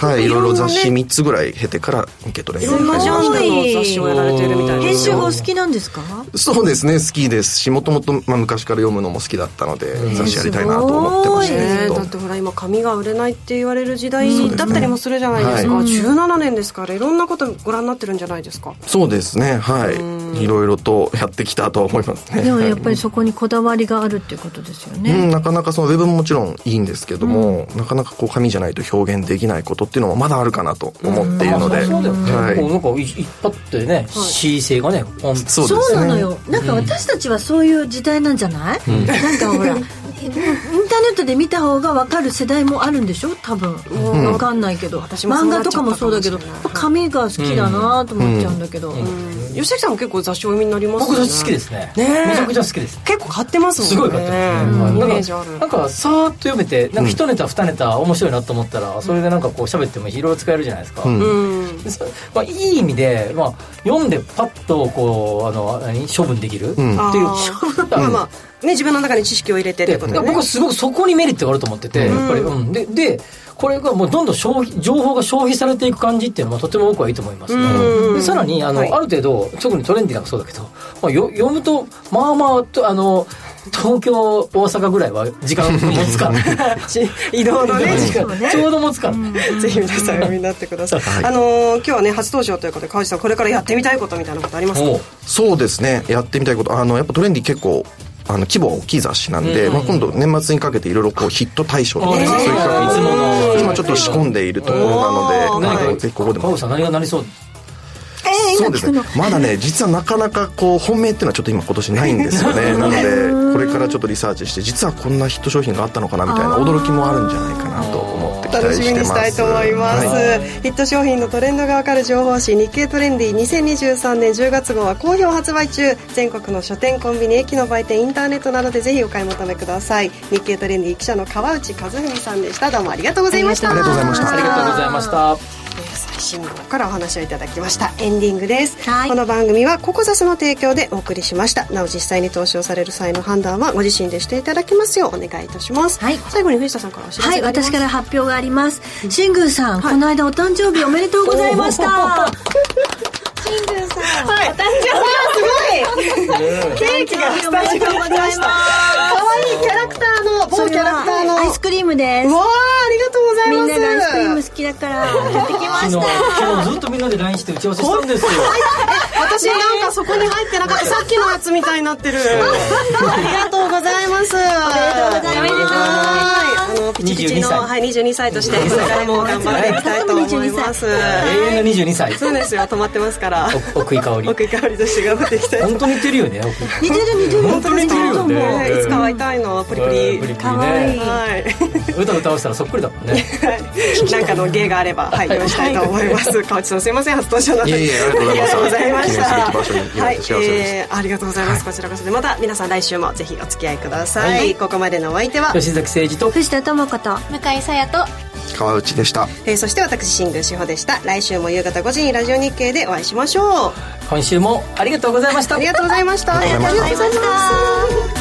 [SPEAKER 10] はい、いろいろ雑誌3つぐらい経てから、受けトレンディ
[SPEAKER 4] いろん
[SPEAKER 10] に
[SPEAKER 4] なジ
[SPEAKER 10] 入り
[SPEAKER 4] ャ
[SPEAKER 10] ま
[SPEAKER 4] ン
[SPEAKER 10] し
[SPEAKER 4] ルの雑誌をやられているみたいで
[SPEAKER 3] 編
[SPEAKER 4] す
[SPEAKER 3] 集
[SPEAKER 4] よ
[SPEAKER 3] がお好きなんですか
[SPEAKER 10] たそうですね、好きですし、もともと、まあ、昔から読むのも好きだったので、雑誌やりたいなと思ってまし
[SPEAKER 4] ねえ
[SPEAKER 10] た、
[SPEAKER 4] だ
[SPEAKER 10] ず
[SPEAKER 4] っ
[SPEAKER 10] っと
[SPEAKER 4] てほら今紙が売れないって言われる時代だったりもするじゃないですか、
[SPEAKER 10] は
[SPEAKER 4] 17年ですからいろんなことご覧になってるんじゃないです か
[SPEAKER 10] そうですね、はい。いろいろとやってきたとは思いますね。
[SPEAKER 3] でもやっ
[SPEAKER 10] はい
[SPEAKER 3] ぱりそこにこだわりがあるっていうことですよね、
[SPEAKER 10] うん、なかなかそのウェブももちろんいいんですけども、なかなかこう紙じゃないと表現できないことっていうのもまだあるかなと思っているので、
[SPEAKER 2] あそうだよね。
[SPEAKER 10] はい
[SPEAKER 2] こうなんかい引っ張ってね、姿勢がね、ポンと
[SPEAKER 10] そうです
[SPEAKER 3] そ
[SPEAKER 10] ね
[SPEAKER 3] うなのよなんか私たちはそういう時代なんじゃない、なんかほらインターネットで見た方が分かる世代もあるんでしょ多分、分かんないけど
[SPEAKER 4] 私もそう
[SPEAKER 3] 漫
[SPEAKER 4] なっ
[SPEAKER 3] 画
[SPEAKER 4] ち
[SPEAKER 3] とか
[SPEAKER 4] ゃったかも
[SPEAKER 3] も
[SPEAKER 4] しれ
[SPEAKER 3] そう
[SPEAKER 4] ない
[SPEAKER 3] だけどやっぱ紙が好きだなと思っちゃうんだけど、
[SPEAKER 4] 吉崎さんも結構雑誌を見になります
[SPEAKER 2] 僕
[SPEAKER 4] よね
[SPEAKER 2] 雑誌好きですね。
[SPEAKER 4] ねえ
[SPEAKER 2] めちゃくちゃ好きです。
[SPEAKER 4] 結構買ってますもんね
[SPEAKER 2] すごい買ってますね
[SPEAKER 4] うんイ
[SPEAKER 2] な
[SPEAKER 4] メー
[SPEAKER 2] ん
[SPEAKER 4] ジあ
[SPEAKER 2] か
[SPEAKER 4] る
[SPEAKER 2] なんかさーっと読めてなんか一ネタ二ネタ面白いなと思ったらそれでなんかこう喋ってもいろいろ使えるじゃないですか、
[SPEAKER 10] ん
[SPEAKER 4] うん
[SPEAKER 2] でそまあ、いい意味で、まあ、読んでパッとこうあの何処分できる、
[SPEAKER 10] ん
[SPEAKER 2] っていう
[SPEAKER 4] あーまあまあね自分の中に知識を入れてって
[SPEAKER 2] で、
[SPEAKER 4] こ
[SPEAKER 2] だ
[SPEAKER 4] と
[SPEAKER 2] か
[SPEAKER 4] で
[SPEAKER 2] ら僕
[SPEAKER 4] ね
[SPEAKER 2] はすごくそこにメリットがあると思ってて、やっぱり、うん、ででこれがもうどんどん消費情報が消費されていく感じっていうのはとても僕はいいと思いますね、
[SPEAKER 4] うん
[SPEAKER 2] でさらにあの、
[SPEAKER 4] はい
[SPEAKER 2] ある程度特にトレンディなんかそうだけど、まあ、よ読むとまあまあとあの東京大阪ぐらいは時間持つから
[SPEAKER 4] し移動のね時間
[SPEAKER 2] ちょうど持つから、
[SPEAKER 4] ぜひ皆さんお見になってく ださい、あのー今日はね初登場ということで川内さんこれからやってみたいことみたいなことありますか
[SPEAKER 2] おう
[SPEAKER 10] そうですねやってみたいことあのやっぱトレンディ結構あの規模は大きい雑誌なんで、まあ、今度年末にかけていろいろこうヒット対象と
[SPEAKER 2] あ
[SPEAKER 10] か、そういう
[SPEAKER 2] いつもの
[SPEAKER 10] 今ちょっと仕込んでいるところなので、
[SPEAKER 2] 何
[SPEAKER 10] はい、ぜ
[SPEAKER 2] か
[SPEAKER 10] ひここで
[SPEAKER 2] 川
[SPEAKER 10] も
[SPEAKER 2] 口さん何がなりそう
[SPEAKER 10] そうですねまだね実はなかなかこう本命っていうのはちょっと今今年ないんですよねなのでこれからちょっとリサーチして実はこんなヒット商品があったのかなみたいな驚きもあるんじゃないかなと思って期待
[SPEAKER 4] 楽
[SPEAKER 10] してます
[SPEAKER 4] しみにしたいと思います、
[SPEAKER 10] は
[SPEAKER 4] ヒット商品のトレンドがわかる情報誌「日経トレンディ2023年10月号は好評発売中全国の書店コンビニ駅の売店インターネットなどでぜひお買い求めください日経トレンディ記者の川内和文さんでしたどうもありがとうございました
[SPEAKER 10] ありがとうございました
[SPEAKER 2] ありがとうございました
[SPEAKER 4] 最新号からお話をいただきましたエンディングです、
[SPEAKER 3] はい
[SPEAKER 4] この番組はココザスの提供でお送りしましたなお実際に投資をされる際の判断はご自身でしていただきますようお願いいたします、
[SPEAKER 3] はい
[SPEAKER 4] 最後に藤田さんからお知ら
[SPEAKER 3] は
[SPEAKER 4] せ
[SPEAKER 3] い、
[SPEAKER 4] があります
[SPEAKER 3] 私から発表があります。新宮さん、この間お誕生日おめでとうございました。
[SPEAKER 4] はい、お誕生日すごいケーキがスタジオに来ました可愛いキャラクターの某キャラクターのうわ
[SPEAKER 3] ア
[SPEAKER 4] ーあ
[SPEAKER 3] イスクリームです。
[SPEAKER 4] りがとうござい
[SPEAKER 3] み
[SPEAKER 4] ま
[SPEAKER 3] ん
[SPEAKER 4] す
[SPEAKER 3] ながアイスクリーム好きだから買ってきま
[SPEAKER 2] 昨
[SPEAKER 3] し
[SPEAKER 2] 日
[SPEAKER 3] た。
[SPEAKER 2] 昨日ずっとみんなで LINE して打ち合わせしたんですよ
[SPEAKER 4] 私なんかそこに入ってなか ったさっきのやつみたいになってるありがとうございますおめでとうございますあもうピチピチの
[SPEAKER 2] 22歳
[SPEAKER 4] はい、22歳としてこれからも頑張っていきたいと思います
[SPEAKER 2] 永遠の22歳
[SPEAKER 4] そうですよ止まってますから
[SPEAKER 2] お奥井香織
[SPEAKER 4] 奥井香織として頑張っていきたい
[SPEAKER 2] 本当に似てるよね
[SPEAKER 3] 似てる似てる
[SPEAKER 2] 本当に似てるよね
[SPEAKER 4] はいいつかは会いたいのプリプリ
[SPEAKER 2] プリプリね
[SPEAKER 4] はい
[SPEAKER 2] 歌歌わせたらそっくりだもんね
[SPEAKER 4] なんかの芸があれば、はい、用意したいと思います。河内さん、すいません、初登場なので。
[SPEAKER 10] いえいえありがとうございます
[SPEAKER 4] ありがとうご
[SPEAKER 10] 記
[SPEAKER 4] ざいまし
[SPEAKER 10] 念すべき場所に
[SPEAKER 4] た。
[SPEAKER 10] よ
[SPEAKER 4] は
[SPEAKER 10] っ
[SPEAKER 4] い
[SPEAKER 10] て幸せで、す
[SPEAKER 4] えーありがとうございます。こちらこそで、また皆さん来週もぜひお付き合いください。ここまでのお相手は、
[SPEAKER 2] 吉崎誠二と
[SPEAKER 3] 藤田智子と
[SPEAKER 5] 向井さやと
[SPEAKER 10] 川内でした
[SPEAKER 4] えーそして私、新宮志保でした。来週も夕方5時にラジオ日経でお会いしましょう。
[SPEAKER 2] 今週もありがとうございました
[SPEAKER 4] ありがとうございました。
[SPEAKER 10] ありがとうございました
[SPEAKER 4] ありがとうございました。